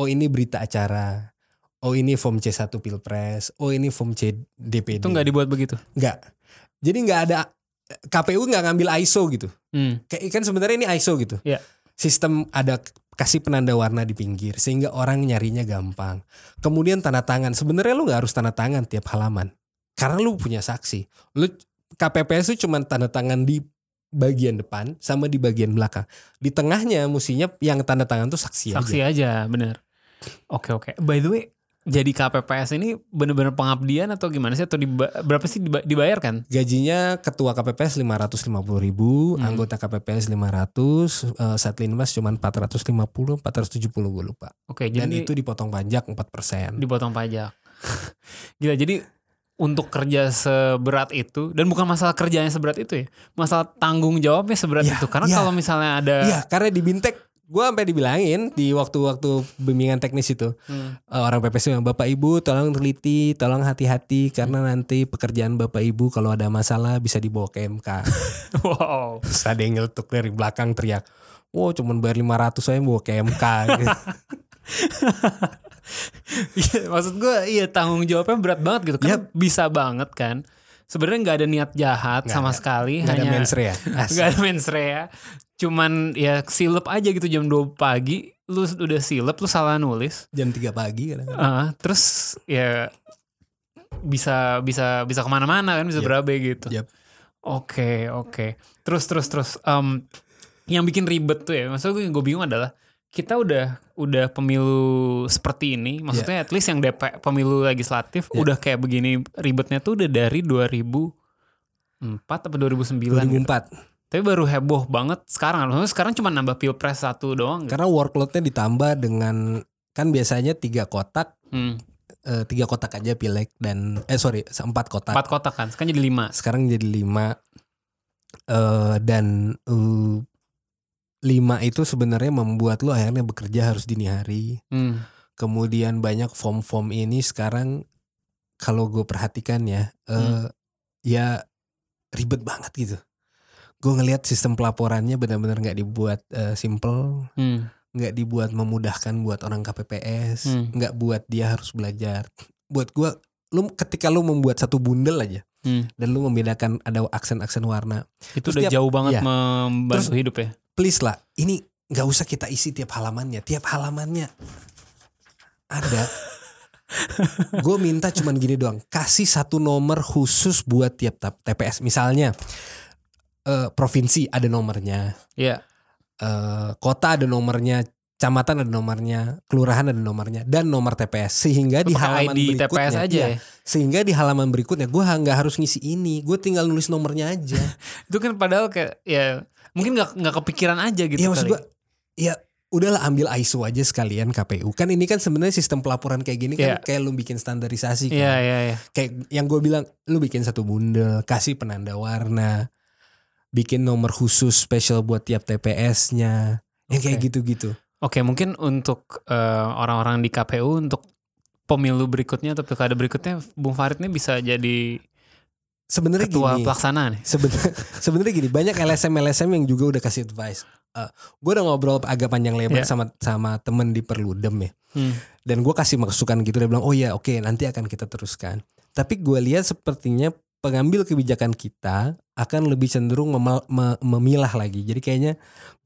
oh ini berita acara oh ini form C1 pilpres oh ini form C DPD
Itu nggak dibuat begitu.
Nggak. jadi nggak ada KPU nggak ngambil ISO gitu
Hmm.
kayak kan sebenarnya ini ISO gitu.
Iya.
Sistem ada kasih penanda warna di pinggir sehingga orang nyarinya gampang. Kemudian tanda tangan. Sebenarnya lu nggak harus tanda tangan tiap halaman. Karena lu punya saksi. Lu KPPS itu cuma tanda tangan di bagian depan sama di bagian belakang. Di tengahnya mestinya yang tanda tangan tuh saksi,
Saksi aja,
aja.
bener. Oke oke. By the way, jadi KPPS ini bener-bener pengabdian atau gimana sih? Atau diba- berapa sih diba- kan? dibayarkan?
Gajinya ketua KPPS 550 ribu,
Hmm.
anggota KPPS 500, eh, Satlinmas cuma 450, 470 gue lupa.
Oke,
Dan
jadi
itu dipotong pajak 4%.
dipotong pajak. Gila, jadi untuk kerja seberat itu dan bukan masalah kerjanya seberat itu ya, masalah tanggung jawabnya seberat
Iya,
itu. Karena
iya.
kalau misalnya ada
Iya, karena di Bintek gue sampai dibilangin di waktu-waktu bimbingan teknis itu
Hmm.
eh, orang PPS bilang bapak ibu tolong teliti tolong hati-hati karena nanti pekerjaan bapak ibu kalau ada masalah bisa dibawa ke MK
wow,
terus ada yang nyeletuk dari belakang teriak wow cuman bayar 500 saya bawa ke MK gitu.
Iya, maksud gue iya tanggung jawabnya berat banget gitu. Karena bisa banget kan. Sebenarnya nggak ada niat jahat
Nggak
sama
ada.
sekali,
nggak ada
hanya
mensre ya
nggak ada mensrea. Cuman ya silep aja gitu jam 2 pagi, lu udah silep, lu salah nulis.
jam 3 pagi kadang-kadang.
Ah, terus ya bisa bisa bisa kemana-mana kan bisa
Yap.
berabe gitu.
Yap.
Oke oke. Terus terus terus. em, yang bikin ribet tuh ya, maksud gue yang gue bingung adalah kita udah udah pemilu seperti ini,
Iya.
maksudnya at least yang DP pemilu legislatif
Yeah.
udah kayak begini ribetnya tuh udah dari 2004 atau 2009. gitu.
2004
Tapi baru heboh banget sekarang. Maksudnya sekarang cuma nambah pilpres satu doang. Gitu.
karena workloadnya ditambah dengan kan biasanya tiga kotak
Hmm,
eh, tiga kotak aja pileg dan eh sorry empat kotak
empat kotak kan, sekarang jadi lima.
sekarang jadi lima eh dan eh, lima itu sebenarnya membuat lo akhirnya bekerja harus dini hari
Hmm.
kemudian banyak form-form ini sekarang kalau gue perhatikan ya
Hmm.
eh, ya ribet banget gitu gue ngelihat sistem pelaporannya benar-benar nggak dibuat eh, simple
Hmm.
nggak dibuat memudahkan buat orang KPPS,
Hmm.
nggak buat dia harus belajar. Buat gua, lu ketika lu membuat satu bundel aja
Hmm.
dan lu membedakan ada aksen-aksen warna,
itu
Terus
udah
tiap-
jauh banget
iya.
membantu
Terus-
hidup ya.
please lah, ini nggak usah kita isi tiap halamannya, tiap halamannya ada. gue minta cuman gini doang, kasih satu nomor khusus buat tiap tap- TPS. Misalnya eh, provinsi ada nomornya,
Iya.
eh, kota ada nomornya, camatan ada nomornya, kelurahan ada nomornya, dan nomor TPS. Sehingga
Itu
di
pakai
halaman
ID
berikutnya,
TPS aja
iya,
ya.
sehingga di halaman berikutnya gue nggak harus ngisi ini, gue tinggal nulis nomornya aja.
Itu kan padahal kayak ya mungkin nggak nggak kepikiran aja gitu.
Iya maksud
kali.
gue, ya udahlah ambil ISO aja sekalian KPU. Kan ini kan sebenarnya sistem pelaporan kayak gini
Iya.
kan kayak lu bikin standarisasi. kan.
Iya iya iya.
Kayak yang gue bilang, lu bikin satu bundel, kasih penanda warna, bikin nomor khusus spesial buat tiap TPS-nya, yang kayak
Oke.
gitu-gitu.
Oke mungkin untuk eh, orang-orang di KPU untuk pemilu berikutnya atau pilkada berikutnya Bung Farid ini bisa jadi
Sebenarnya
ketua
gini.
pelaksana nih.
Sebenar- sebenarnya gini banyak LSM LSM yang juga udah kasih advice gue udah ngobrol agak panjang lebar
Iya.
sama sama temen di Perludem ya
Hmm.
dan gue kasih masukan gitu dia bilang oh ya oke nanti akan kita teruskan tapi gue lihat sepertinya pengambil kebijakan kita akan lebih cenderung memal- me- memilah lagi jadi kayaknya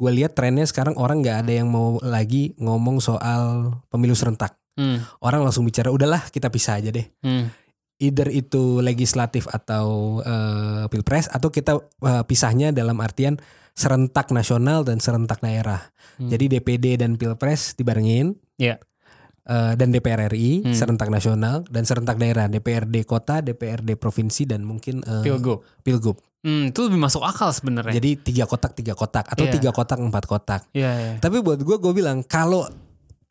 gue lihat trennya sekarang orang nggak ada yang mau lagi ngomong soal pemilu serentak
Hmm.
orang langsung bicara udahlah kita pisah aja deh
Hmm.
either itu legislatif atau eh, pilpres atau kita eh, pisahnya dalam artian serentak nasional dan serentak daerah.
Hmm.
Jadi DPD dan pilpres dibarengin.
Iya.
Eh, dan DPR RI
Hmm.
serentak nasional dan serentak daerah DPRD kota DPRD provinsi dan mungkin eh,
Pilgub.
pilgub
Hmm, itu lebih masuk akal sebenarnya.
Jadi tiga kotak tiga kotak atau
Iya.
tiga kotak empat kotak.
Iya, iya.
Tapi buat gue gue bilang kalau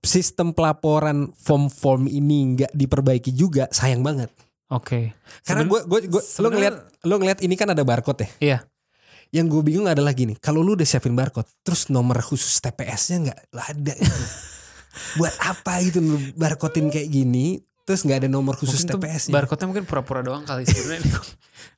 sistem pelaporan form-form ini nggak diperbaiki juga sayang banget.
Oke.
Karena
Seben-
gue gue gue lo
sebenarnya-
ngeliat lo ngeliat ini kan ada barcode ya.
Iya.
Yang gue bingung adalah gini, kalau lu udah siapin barcode, terus nomor khusus TPS-nya nggak lah ada. gitu. buat apa gitu lu barcodein kayak gini, terus nggak ada nomor khusus
Mungkin tuh
TPS-nya.
barcode-nya mungkin pura-pura doang kali sebenarnya. ini.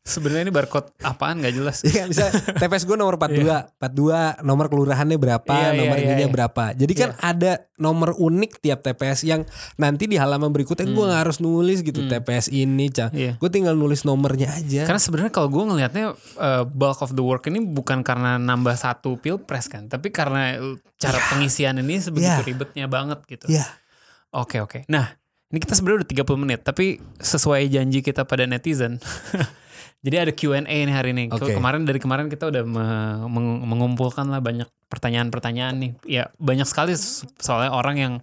sebenarnya ini barcode apaan nggak jelas.
Iya bisa TPS gue nomor 42 42 nomor kelurahannya berapa
Iya, iya,
nomor
iya,
ininya
iya.
berapa jadi kan ada nomor unik tiap TPS yang nanti di halaman berikutnya gue gak harus nulis gitu TPS ini cah
Hmm. Iya.
gue tinggal nulis nomornya aja
Karena sebenarnya kalau gue ngelihatnya eh, bulk of the work ini bukan karena nambah satu pilpres kan, tapi karena cara pengisian ini sebegitu
Iya.
ribetnya banget gitu.
Iya.
Oke oke. Nah ini kita sebenarnya udah 30 menit, tapi sesuai janji kita pada netizen. Jadi ada Q&A nih hari ini. Ke-
Oke.
Kemarin dari kemarin kita udah me- meng- mengumpulkan lah banyak pertanyaan-pertanyaan nih. Ya banyak sekali so- soalnya orang yang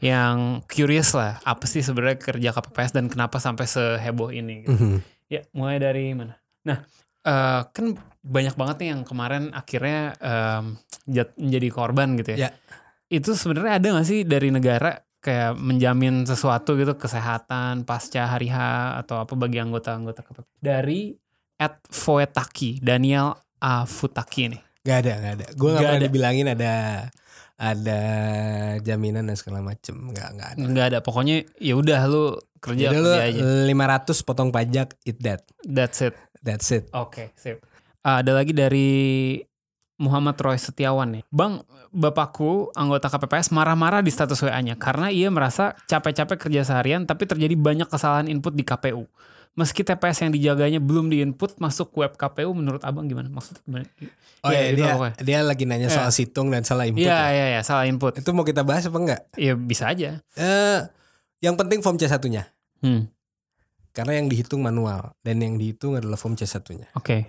yang curious lah apa sih sebenarnya kerja KPPS dan kenapa sampai seheboh ini. Gitu.
Mhm.
Ya, mulai dari mana? Nah, eh, kan banyak banget nih yang kemarin akhirnya em, jat- menjadi korban gitu ya.
Ya.
Itu sebenarnya ada nggak sih dari negara kayak menjamin sesuatu gitu kesehatan pasca hari H atau apa bagi anggota-anggota KPP? Dari at Foetaki Daniel A. Futaki nih.
Gak ada gak ada gue gak
Gak
pernah
ada.
dibilangin ada ada jaminan dan segala macem nggak nggak ada
Nggak ada, pokoknya ya udah lu eh, kerja
jadi lu
kerja aja.
500 potong pajak it that
That's it.
that's it
Oke, sip. Ah, ada lagi dari Muhammad Roy Setiawan nih. Bang, bapakku anggota KPPS marah-marah di status WA-nya karena ia merasa capek-capek kerja seharian tapi terjadi banyak kesalahan input di KPU. Meski TPS yang dijaganya belum diinput masuk web KPU menurut Abang gimana? Maksudnya gimana?
oh
Iya,
ya,
itu
dia
pokoknya.
dia lagi nanya
Iya.
soal situng dan salah input
Iya,
ya.
iya, iya, salah input.
itu mau kita bahas apa enggak
Iya, bisa aja.
Eh, yang penting form C1-nya.
Hmm,
Karena yang dihitung manual dan yang dihitung adalah form C1-nya.
oke.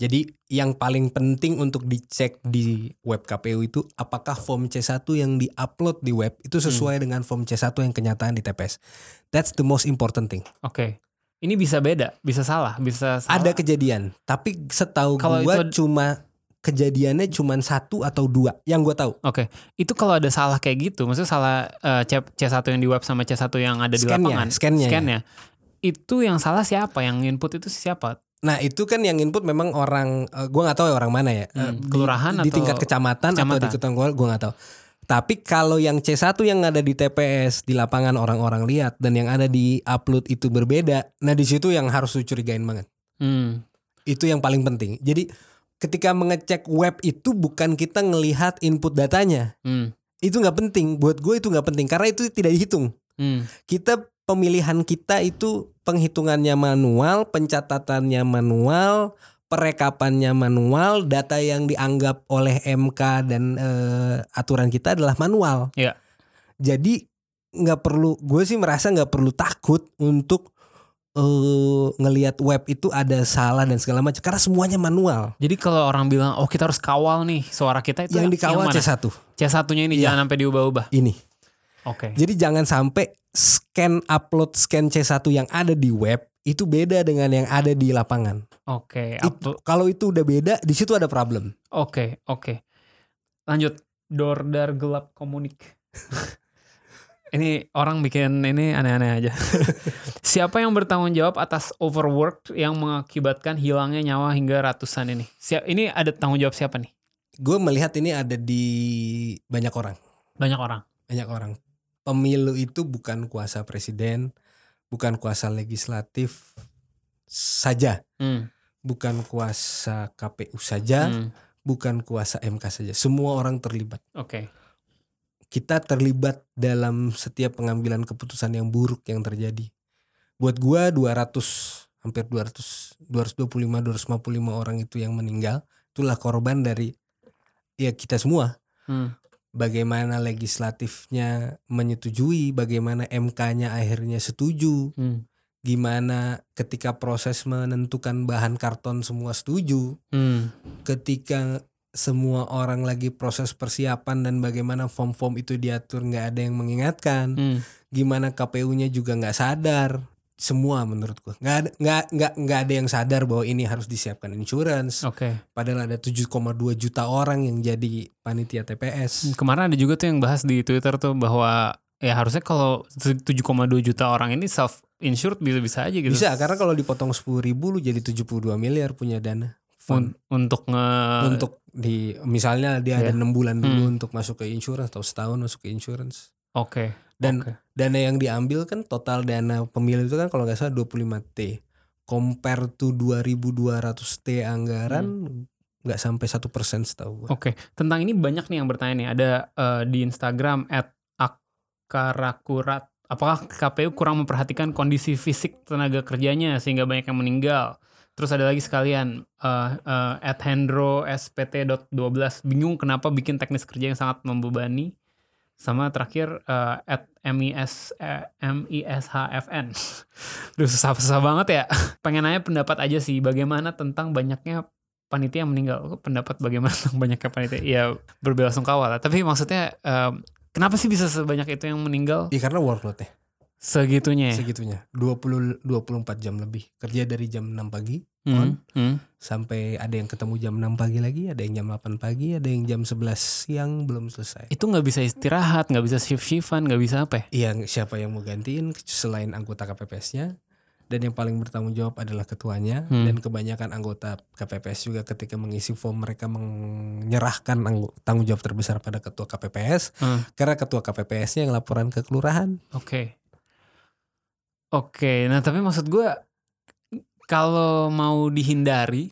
Jadi yang paling penting untuk dicek di web KPU itu apakah form C1 yang diupload di web
Hmm.
itu sesuai dengan form C1 yang kenyataan di TPS. That's the most important thing.
Oke. Ini bisa beda, bisa salah, bisa salah.
Ada kejadian, tapi setahu
Ah. Kalau
gua
itu-
cuma kejadiannya cuma satu atau dua yang gua tahu.
Oke, itu kalau ada salah kayak gitu, maksudnya salah eh, C C1 yang di web sama C1 yang ada di
Scan-nya,
lapangan,
scan-nya ya.
scan-nya. Itu yang salah siapa? Yang input itu siapa?
Nah, itu kan yang input memang orang eh, gua nggak tahu ya orang mana ya. Eh,
Hmm, kelurahan
di, di
atau
tingkat kecamatan, atau di
kecamatan?
kecamatan gua nggak tahu. Tapi kalau yang C1 yang ada di TPS di lapangan orang-orang lihat dan yang ada di upload itu berbeda. Nah, di situ yang harus lu curigain banget.
Hmm,
Itu yang paling penting. Jadi ketika mengecek web itu bukan kita ngelihat input datanya.
hmm,
Itu nggak penting. Buat gue itu nggak penting karena itu tidak dihitung
hmm.
kita pemilihan kita itu penghitungannya manual, pencatatannya manual, perekapannya manual, data yang dianggap oleh MK dan eh, aturan kita adalah manual.
Iya.
Jadi nggak perlu, gue sih merasa nggak perlu takut untuk eh, ngelihat web itu ada salah dan segala macam karena semuanya manual.
Jadi kalau orang bilang, oh kita harus kawal nih suara kita itu
Yang dikawal
mana?
C1
C1-nya ini
Iya.
jangan sampai diubah-ubah.
ini.
Oke.
Jadi jangan sampai scan upload scan C1 yang ada di web itu beda dengan yang ada di lapangan.
Oke,
It-
upload.
kalau itu udah beda, di situ ada problem.
Oke, oke. Lanjut. Dordar gelap komunik. ini orang bikin ini aneh-aneh aja. Siapa yang bertanggung jawab atas overwork yang mengakibatkan hilangnya nyawa hingga ratusan ini? Siap, ini ada tanggung jawab siapa nih?
Gue melihat ini ada di banyak orang,
Banyak orang.
banyak orang. Pemilu itu bukan kuasa presiden, bukan kuasa legislatif saja,
Hmm,
bukan kuasa KPU saja,
hmm,
bukan kuasa MK saja. Semua orang terlibat.
Oke.
Kita terlibat dalam setiap pengambilan keputusan yang buruk yang terjadi. Buat gua 200 hampir 200 225 255 orang itu yang meninggal itulah korban dari ya kita semua
Hmm,
bagaimana legislatifnya menyetujui, bagaimana MK-nya akhirnya setuju,
hmm,
gimana ketika proses menentukan bahan karton semua setuju,
hmm.
ketika semua orang lagi proses persiapan dan bagaimana form-form itu diatur nggak ada yang mengingatkan,
hmm.
gimana KPU-nya juga nggak sadar. semua menurut gua nggak ada- nggak nggak nggak ada yang sadar bahwa ini harus disiapkan insurance
Oke.
padahal ada 7,2 juta orang yang jadi panitia TPS
Hmm, Kemarin ada juga tuh yang bahas di Twitter tuh bahwa ya harusnya kalau 7,2 juta orang ini self insured bisa-bisa aja gitu.
bisa karena kalau dipotong 10.000 ribu lu jadi 72 miliar punya dana fund
Un- untuk nge
untuk di misalnya dia
eh,
ada
Iya.
enam bulan dulu untuk masuk ke insurance atau setahun masuk ke insurance
Oke.
dan
oke.
dana yang diambil kan total dana pemilu itu kan kalau nggak salah 25 t compare to 2200 t anggaran nggak sampai satu persen setahu gua.
Oke, tentang ini banyak nih yang bertanya nih. Ada eh, di Instagram @akarakurat. Apakah KPU kurang memperhatikan kondisi fisik tenaga kerjanya sehingga banyak yang meninggal? Terus ada lagi sekalian eh, at Hendro SPT.12 bingung kenapa bikin teknis kerja yang sangat membebani. Sama terakhir eh, at MIS eh, MISHFN. Duh susah-susah banget ya. Pengen nanya pendapat aja sih bagaimana tentang banyaknya panitia yang meninggal pendapat bagaimana tentang banyaknya panitia ya berbelasungkawa lah tapi maksudnya em, kenapa sih bisa sebanyak itu yang meninggal
Iya karena workloadnya
segitunya ya?
segitunya 20 24 jam lebih kerja dari jam 6 pagi
Hmm, hmm.
sampai ada yang ketemu jam 6 pagi lagi ada yang jam 8 pagi ada yang jam 11 siang belum selesai
itu nggak bisa istirahat nggak bisa shift shiftan nggak bisa apa ya?
iya siapa yang mau gantiin selain anggota KPPS-nya dan yang paling bertanggung jawab adalah ketuanya
Hmm.
dan kebanyakan anggota KPPS juga ketika mengisi form mereka menyerahkan anggo- tanggung jawab terbesar pada ketua KPPS
Hmm.
karena ketua KPPS-nya yang laporan ke kelurahan
oke oke nah tapi maksud gua kalau mau dihindari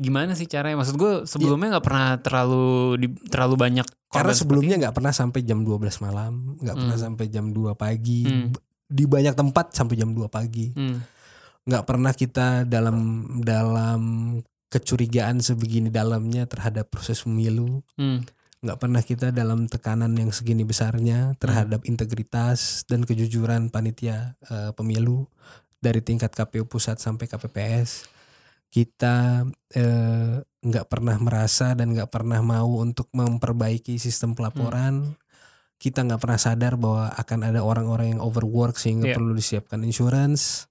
gimana sih caranya maksud gua sebelumnya nggak pernah terlalu di- terlalu banyak
karena
korban
sebelumnya nggak pernah sampai jam 12 malam nggak pernah
Hmm.
sampai jam 2 pagi
Hmm.
di banyak tempat sampai jam 2 pagi
seperti- Hmm,
nggak pernah kita dalam dalam kecurigaan sebegini dalamnya terhadap proses pemilu
hmm.
nggak pernah kita dalam tekanan yang segini besarnya terhadap integritas dan kejujuran panitia eh, pemilu dari tingkat KPU pusat sampai KPPS kita eh, nggak pernah merasa dan nggak pernah mau untuk memperbaiki sistem pelaporan kita nggak pernah sadar bahwa akan ada orang-orang yang overwork sehingga
Iya.
perlu disiapkan insurance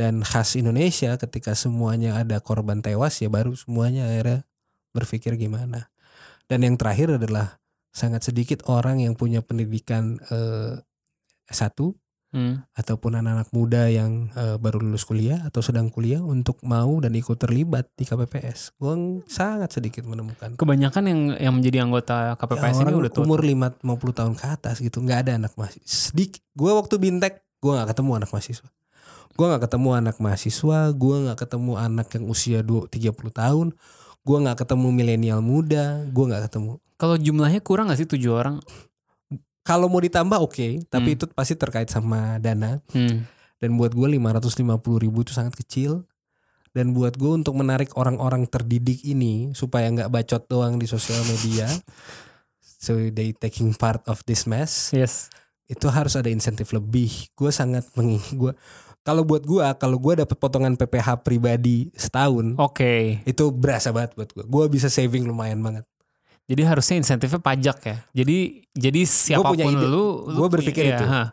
dan khas Indonesia ketika semuanya ada korban tewas ya baru semuanya akhirnya berpikir gimana dan yang terakhir adalah sangat sedikit orang yang punya pendidikan eh, S1
hmm.
ataupun anak-anak muda yang eh, baru lulus kuliah atau sedang kuliah untuk mau dan ikut terlibat di KPPS. Gue ng- sangat sedikit menemukan.
kebanyakan yang yang menjadi anggota
Ya,
KPPS ini
orang
udah tua
umur 5 50 tahun ke atas gitu, nggak ada anak mahasiswa. Sedikit. Gue waktu bintek, gue nggak ketemu anak mahasiswa. Gue nggak ketemu anak mahasiswa, gue nggak ketemu anak yang usia 2 30 tahun, gue nggak ketemu milenial muda, gue nggak ketemu.
Kalau jumlahnya kurang gak sih tujuh orang?
Kalau mau ditambah oke, tapi
Hmm.
itu pasti terkait sama dana.
Hmm.
dan buat gue 550 ribu itu sangat kecil dan buat gue untuk menarik orang-orang terdidik ini supaya nggak bacot doang di sosial media so they taking part of this mess
Yes.
itu harus ada insentif lebih gue sangat menging gue kalau buat gue kalau gue dapat potongan PPH pribadi setahun
Oke.
itu berasa banget buat gue gue bisa saving lumayan banget
Jadi harusnya insentifnya pajak ya. Jadi jadi siapapun
punya ide.
lu, lu
Gua berpikir
punya-
itu.
iya, ha.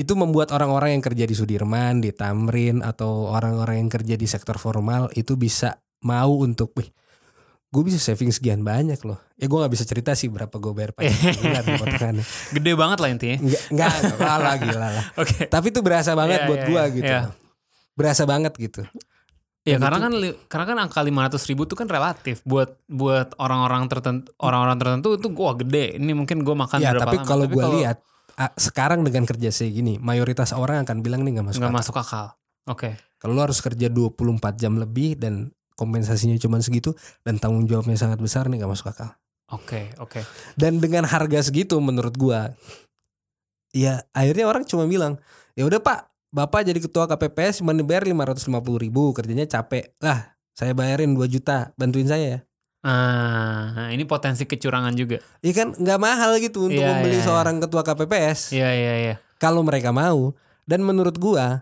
itu membuat orang-orang yang kerja di Sudirman, di Tamrin atau orang-orang yang kerja di sektor formal itu bisa mau untuk wih gue bisa saving sekian banyak loh ya gue nggak bisa cerita sih berapa gue bayar pajak sebulan di potongannya.
Gede banget lah intinya.
nggak nggak nggak lah gila lah
Oke.
tapi itu berasa banget
Iya,
buat
iya,
gue
iya,
gitu
iya.
berasa banget gitu
Ya
Dan
karena
itu-
kan li- karena kan angka 500 ribu itu kan relatif buat buat orang-orang tertentu orang-orang tertentu itu gua gede. Ini mungkin gua makan
ya
Kan berapa
tapi
lama.
kalau gue lihat ah, sekarang dengan kerja kayak gini mayoritas orang akan bilang nih nggak masuk
nggak
akal.
masuk akal. Oke.
Kalau lo harus kerja 24 jam lebih dan kompensasinya cuma segitu dan tanggung jawabnya sangat besar nih nggak masuk akal
Oke, oke.
dan dengan harga segitu menurut gua ya akhirnya orang cuma bilang ya udah pak bapak jadi ketua KPPS cuma dibayar 550.000 ribu kerjanya capek lah saya bayarin 2 juta bantuin saya ya
Ah, ini potensi kecurangan juga.
Iya kan nggak mahal gitu untuk
Iya, iya,
membeli
iya.
seorang ketua KPPS
Iya, iya, iya.
kalau mereka mau dan menurut gua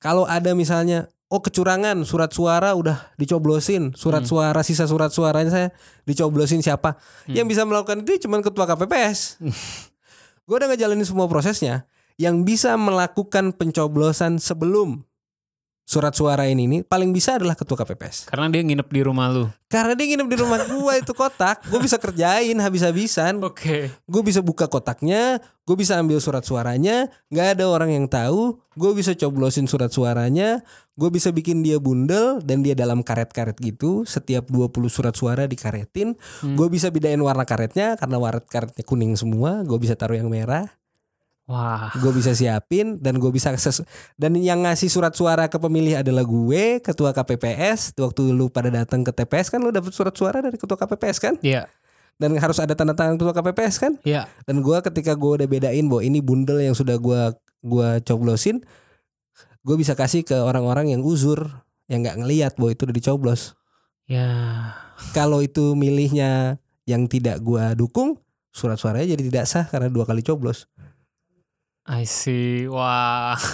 kalau ada misalnya oh kecurangan surat suara udah dicoblosin surat
Hmm.
suara sisa surat suaranya saya dicoblosin siapa
Hmm.
yang bisa melakukan itu cuman ketua KPPS gua udah ngejalanin semua prosesnya yang bisa melakukan pencoblosan sebelum surat suara ini ini paling bisa adalah ketua KPPS.
Karena dia nginep di rumah lu.
Karena dia nginep di rumah gua itu kotak, gua bisa kerjain habis-habisan.
Oke.
Gue bisa buka kotaknya, gue bisa ambil surat suaranya, nggak ada orang yang tahu. Gue bisa coblosin surat suaranya, gue bisa bikin dia bundel dan dia dalam karet-karet gitu. Setiap 20 surat suara dikaretin,
Hmm.
gue bisa bedain warna karetnya karena warna karetnya kuning semua, gue bisa taruh yang merah,
Wah.
gue bisa siapin dan gue bisa akses dan yang ngasih surat suara ke pemilih adalah gue, ketua KPPS. Waktu lu pada datang ke TPS kan lu dapet surat suara dari ketua KPPS kan?
Iya.
Dan harus ada tanda tangan ketua KPPS kan?
Iya.
dan gua ketika gua udah bedain bahwa ini bundel yang sudah gua gua coblosin gue bisa kasih ke orang-orang yang uzur yang nggak ngelihat bahwa itu udah dicoblos
Ya.
kalau itu milihnya yang tidak gua dukung surat suaranya jadi tidak sah karena dua kali coblos
I see. Wah.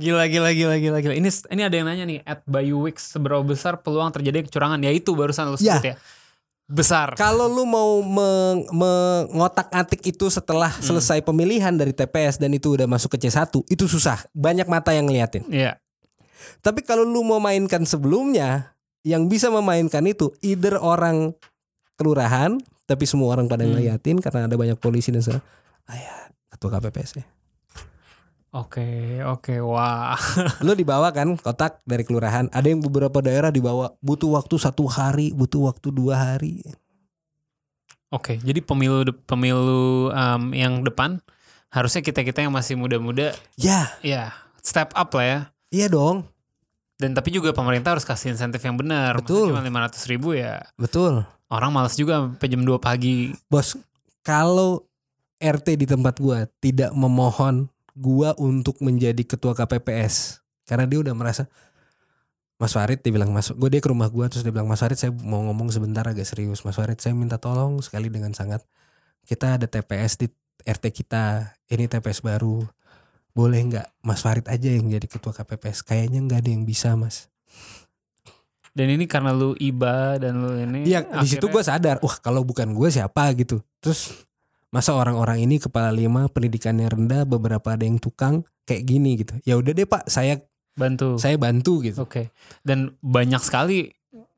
gila gila gila gila gila. Ini ini ada yang nanya nih at Bayu Wicks seberapa besar peluang terjadi kecurangan? Ya itu barusan lu
Ya.
sebut ya. Besar.
kalau lu mau meng- mengotak atik itu setelah selesai pemilihan dari TPS dan itu udah masuk ke C1 itu susah banyak mata yang ngeliatin
Iya.
Tapi kalau lu mau mainkan sebelumnya, yang bisa memainkan itu either orang kelurahan, tapi semua orang pada
Hmm.
ngeliatin karena ada banyak polisi dan segala. Ayah, ketua KPPS ya.
Oke, oke. Wah.
Lu dibawa kan kotak dari kelurahan. Ada yang beberapa daerah dibawa butuh waktu satu hari, butuh waktu dua hari.
Oke, jadi pemilu pemilu em, yang depan harusnya kita-kita yang masih muda-muda
Ya,
ya step up lah ya.
iya dong,
Dan tapi juga pemerintah harus kasih insentif yang benar.
Betul.
Maksudnya Cuma 500 ribu ya.
betul,
Orang malas juga sampai jam 2 pagi.
bos. Kalau RT di tempat gua tidak memohon gua untuk menjadi ketua KPPS karena dia udah merasa Mas Farid dia bilang Mas, gue dia ke rumah gua terus dia bilang Mas Farid saya mau ngomong sebentar agak serius Mas Farid saya minta tolong sekali dengan sangat kita ada TPS di RT kita ini TPS baru boleh nggak Mas Farid aja yang jadi ketua KPPS kayaknya nggak ada yang bisa Mas
Dan ini karena lu IBA dan lu ini.
Iya di
Hmm,
situ
akhirnya-
gua sadar wah kalau bukan gue siapa gitu terus masa orang-orang ini kepala lima pendidikannya rendah beberapa ada yang tukang kayak gini gitu ya udah deh Pak saya
bantu.
saya bantu gitu
Oke. Dan banyak sekali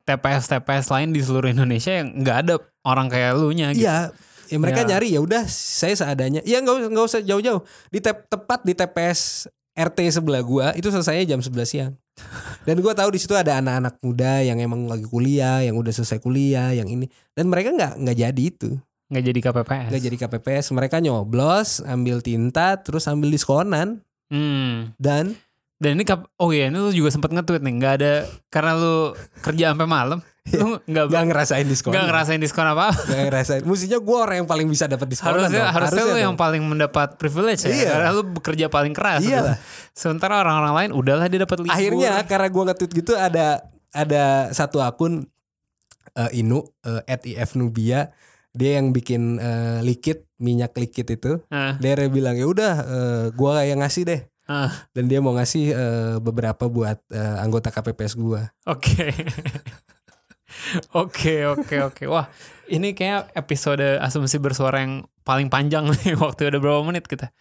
TPS-TPS lain di seluruh Indonesia yang nggak ada orang kayak lu nya gitu.
Iya, ya mereka
Ya.
nyari ya udah saya seadanya. Ya nggak usah nggak usah jauh-jauh. Di tep- tepat di TPS RT sebelah gua itu selesainya jam 11 siang. Dan gua tahu di situ ada anak-anak muda yang emang lagi kuliah, yang udah selesai kuliah, yang ini. Dan mereka nggak nggak jadi itu,
Nggak jadi KPPS.
nggak jadi KPPS. Mereka nyoblos, ambil tinta, terus ambil diskonan
Hmm.
dan
Dan ini kap- oh iya ini lu juga sempat nge-tweet nih nggak ada karena lu kerja sampai malam lu nggak
Iya. nggak ngerasain
nggak
diskonan.
ngerasain diskon apa,
Nggak ngerasain. Mestinya gua orang yang paling bisa dapat diskonan.
harusnya
dong.
harusnya lu
dong.
yang paling mendapat privilege ya
Iya.
karena lu bekerja paling keras
Iya lah.
sementara orang-orang lain udahlah dia dapat libur
akhirnya karena gue nge-tweet gitu ada ada satu akun eh, Inu at if Nubia dia yang bikin eh, likit minyak likit itu
Ah.
dia bilang ya udah eh, gua gue yang ngasih deh
Ah.
dan dia mau ngasih eh, beberapa buat eh, anggota KPPS gue
Oke. Oke, oke, oke. Wah, ini kayak episode asumsi bersuara yang paling panjang nih. Waktu udah berapa menit kita?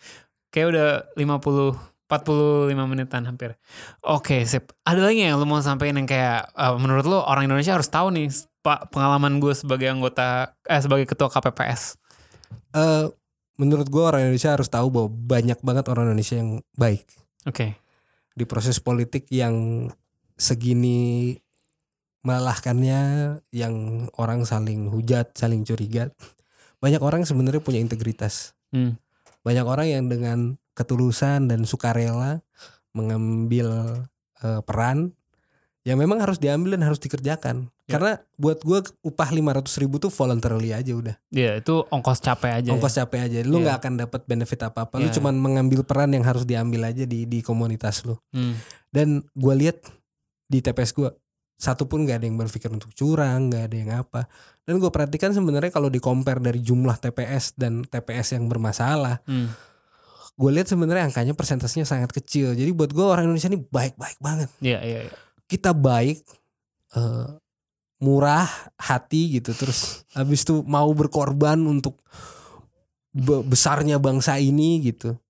Kayak udah 50 45 menitan hampir. Oke, sip. Ada lagi yang lu mau sampaikan yang kayak eh, menurut lu orang Indonesia harus tahu nih, Pak, pengalaman gue sebagai anggota eh sebagai ketua KPPS.
Eh, menurut gue orang Indonesia harus tahu bahwa banyak banget orang Indonesia yang baik
Oke.
di proses politik yang segini melelahkannya yang orang saling hujat, saling curiga. Banyak orang sebenarnya punya integritas.
Hmm.
Banyak orang yang dengan ketulusan dan sukarela mengambil eh, peran yang memang harus diambil dan harus dikerjakan.
Ya.
Karena buat gua upah 500 ribu tuh voluntarily aja udah.
Ya, itu ongkos capek aja. ya.
Ongkos capek aja. Lu
Ya.
nggak akan dapat benefit apa-apa.
Ya.
Lu cuman mengambil peran yang harus diambil aja di di komunitas lu
Hmm.
dan gue lihat di TPS gue satu pun nggak ada yang berpikir untuk curang nggak ada yang apa dan gue perhatikan sebenarnya kalau di compare dari jumlah TPS dan TPS yang bermasalah
Hmm.
gue lihat sebenarnya angkanya persentasenya sangat kecil jadi buat gue orang Indonesia ini baik baik banget
Iya, iya, iya.
kita baik eh, murah hati gitu terus habis itu mau berkorban untuk be- besarnya bangsa ini gitu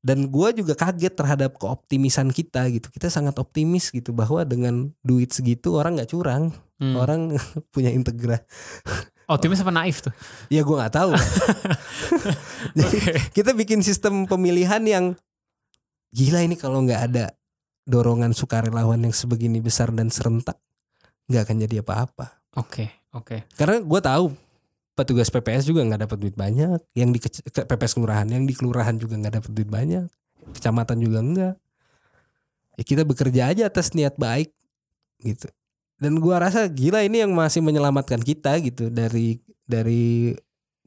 dan gue juga kaget terhadap keoptimisan kita gitu kita sangat optimis gitu bahwa dengan duit segitu orang nggak curang
Hmm.
orang punya integra
Optimis apa naif tuh?
ya gue nggak tahu Jadi,
Oke.
kita bikin sistem pemilihan yang gila ini kalau nggak ada dorongan sukarelawan yang sebegini besar dan serentak nggak akan jadi apa-apa
Oke, oke.
karena gue tahu petugas PPS juga nggak dapat duit banyak yang di kec- ke- PPS kelurahan yang di kelurahan juga nggak dapat duit banyak kecamatan juga enggak ya kita bekerja aja atas niat baik gitu dan gua rasa gila ini yang masih menyelamatkan kita gitu dari dari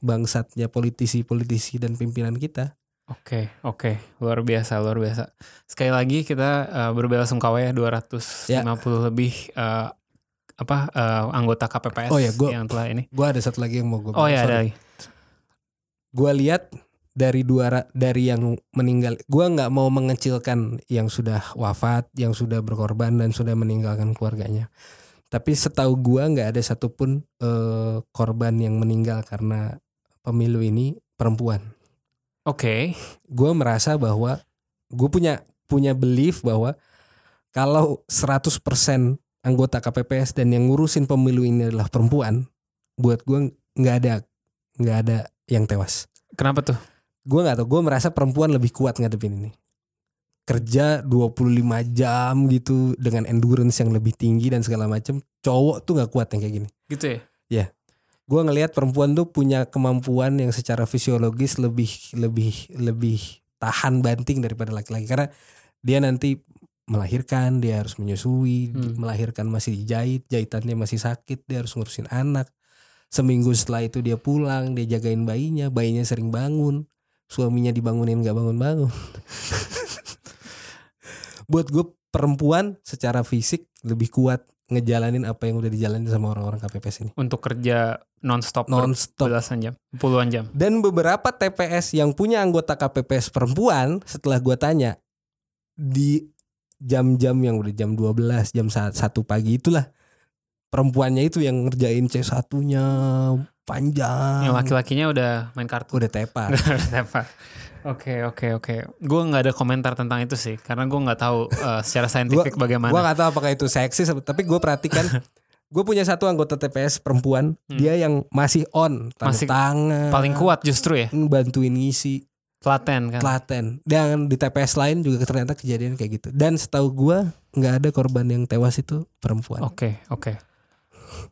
bangsatnya politisi-politisi dan pimpinan kita
Oke, oke. Luar biasa, luar biasa. Sekali lagi kita uh, berbelasungkawa ya 250
Ya.
lebih uh, apa uh, anggota KPPS
Oh ya, gua-
yang telah ini.
Gua ada satu lagi yang mau gue
Oh ya, ada
Sorry.
lagi.
Gua lihat dari dua ra- dari yang meninggal. Gua nggak mau mengecilkan yang sudah wafat, yang sudah berkorban dan sudah meninggalkan keluarganya. Tapi setahu gua nggak ada satupun eh, korban yang meninggal karena pemilu ini perempuan.
Oke.
Gua merasa bahwa gue punya punya belief bahwa kalau 100% anggota KPPS dan yang ngurusin pemilu ini adalah perempuan, buat gua nggak ada nggak ada yang tewas
Kenapa tuh?
gue nggak tau gue merasa perempuan lebih kuat ngadepin ini kerja 25 jam gitu dengan endurance yang lebih tinggi dan segala macem cowok tuh nggak kuat yang kayak gini
Gitu ya.
gue ngelihat perempuan tuh punya kemampuan yang secara fisiologis lebih lebih lebih tahan banting daripada laki-laki karena dia nanti melahirkan dia harus menyusui
Hmm.
melahirkan masih dijahit jahitannya masih sakit dia harus ngurusin anak seminggu setelah itu dia pulang dia jagain bayinya bayinya sering bangun suaminya dibangunin nggak bangun-bangun buat gue perempuan secara fisik lebih kuat ngejalanin apa yang udah dijalanin sama orang-orang KPPS ini
Untuk kerja non-stop per
nonstop
belasan jam, puluhan jam.
dan beberapa TPS yang punya anggota KPPS perempuan setelah gua tanya di jam-jam yang udah jam 12, jam 1 pagi itulah perempuannya itu yang ngerjain C1-nya panjang.
Yang laki-lakinya udah main kartu.
Ah. udah tepar.
Apa? Oke oke oke. Gue nggak ada komentar tentang itu sih, karena gue nggak tahu eh, secara saintifik
Gua
bagaimana.
gak tahu apakah itu seksis tapi gue perhatikan gue punya satu anggota TPS perempuan
Hmm.
dia yang masih on tanda
Masih
tangan
Paling kuat justru ya,
bantuin ngisi
Klaten kan.
Klaten dan di TPS lain juga ternyata kejadian kayak gitu dan setahu gua nggak ada korban yang tewas itu perempuan
Oke, oke.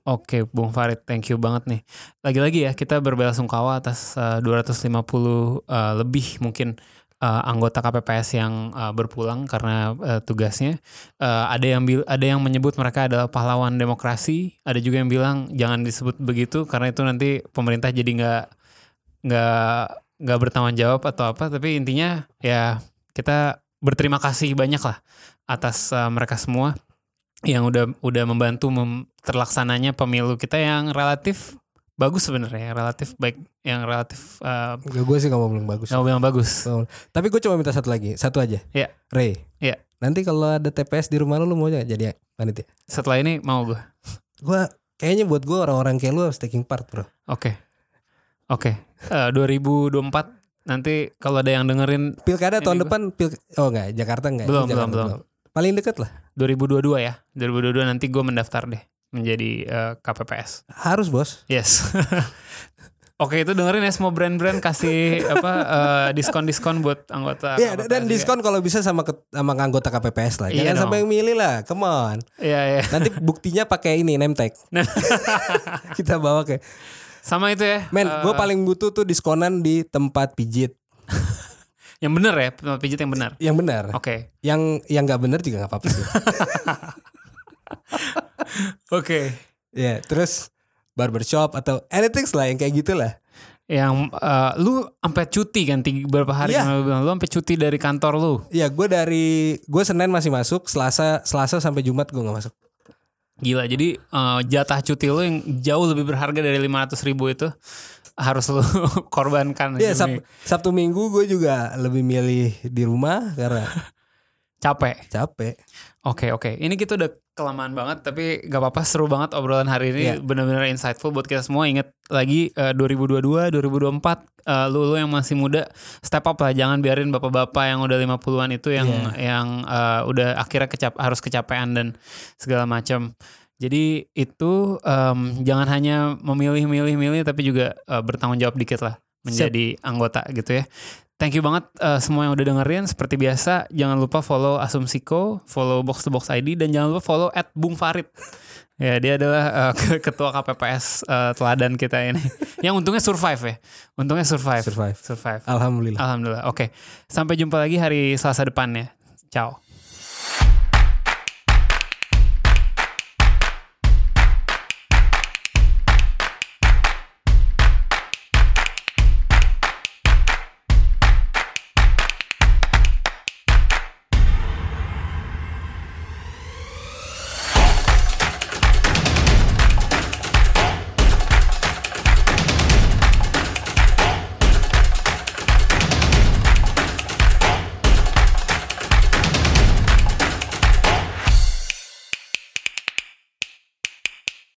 Oke, Bung Farid, thank you banget nih. Lagi-lagi ya, kita berbelasungkawa atas eh, 250 eh, lebih mungkin eh, anggota KPPS yang eh, berpulang karena eh, tugasnya. Eh, ada yang bil- ada yang menyebut mereka adalah pahlawan demokrasi, ada juga yang bilang jangan disebut begitu karena itu nanti pemerintah jadi nggak nggak nggak bertanggung jawab atau apa. Tapi intinya ya kita berterima kasih banyak lah atas eh, mereka semua yang udah udah membantu mem- terlaksananya pemilu kita yang relatif bagus sebenarnya yang relatif baik yang relatif uh,
Gak gue sih nggak mau bilang bagus
yang bilang bagus
tapi gue cuma minta satu lagi satu aja
Oh. Iya.
Rey
Iya.
nanti kalau ada TPS di rumah lu lu mau nggak jadi ya? panitia
setelah ini mau gue
gua kayaknya buat gua orang-orang kayak lu harus taking part bro
oke oke Eh, 2024 nanti kalau ada yang dengerin
pilkada
Ini
tahun
gua-
depan pil- oh nggak Jakarta nggak
Belum,
Jakarta
belum,
paling deket lah
2022 ya 2022 nanti gue mendaftar deh menjadi eh, KPPS
harus bos
Yes. Oke itu dengerin ya semua brand-brand kasih apa eh, diskon-diskon buat anggota.
Iya,
KPPS
dan
juga.
diskon kalau bisa sama ke- sama anggota KPPS lah
Iya
jangan
dong.
sampai yang milih lah come on
Iya iya.
nanti buktinya pakai ini name tag kita bawa ke
Sama itu ya. eh,
Men, gue paling butuh tuh diskonan di tempat pijit.
yang benar ya tempat pijit yang benar.
Yang benar.
Oke.
Yang yang nggak benar juga nggak apa-apa sih.
Oke.
ya, terus barbershop atau anything lah yang kayak gitulah.
Yang eh, lu sampai cuti kan tiga, berapa hari
Iya.
yang lu bilang lu sampai cuti dari kantor lu.
Ya, gue dari gue Senin masih masuk, Selasa Selasa sampai Jumat gue nggak masuk.
Gila. Jadi eh, jatah cuti lu yang jauh lebih berharga dari 500 ribu itu harus lu korbankan
Iya,
demi-
Sab- Sabtu Minggu gue juga lebih milih di rumah karena
capek.
capek
Oke oke, ini kita udah kelamaan banget tapi gak apa-apa seru banget obrolan hari
Iya.
ini bener-bener insightful buat kita semua. Ingat lagi eh, 2022, 2024 eh, lu lu yang masih muda step up lah, jangan biarin bapak-bapak yang udah 50-an itu yang yang eh, udah akhirnya kecap harus kecapean dan segala macam. Jadi itu
Hmm.
em, jangan hanya memilih-milih-milih tapi juga eh, bertanggung jawab dikit lah menjadi anggota gitu ya. Thank you banget eh, semua yang udah dengerin. Seperti biasa, jangan lupa follow Asumsiko, follow Box to Box ID, dan jangan lupa follow at Bung Farid. Ya, dia adalah eh, ke- ketua KPPS eh, teladan kita ini. yang untungnya survive ya. Untungnya survive.
survive
Survive.
alhamdulillah
Alhamdulillah. Oke. Sampai jumpa lagi hari Selasa depannya. ya. Ciao.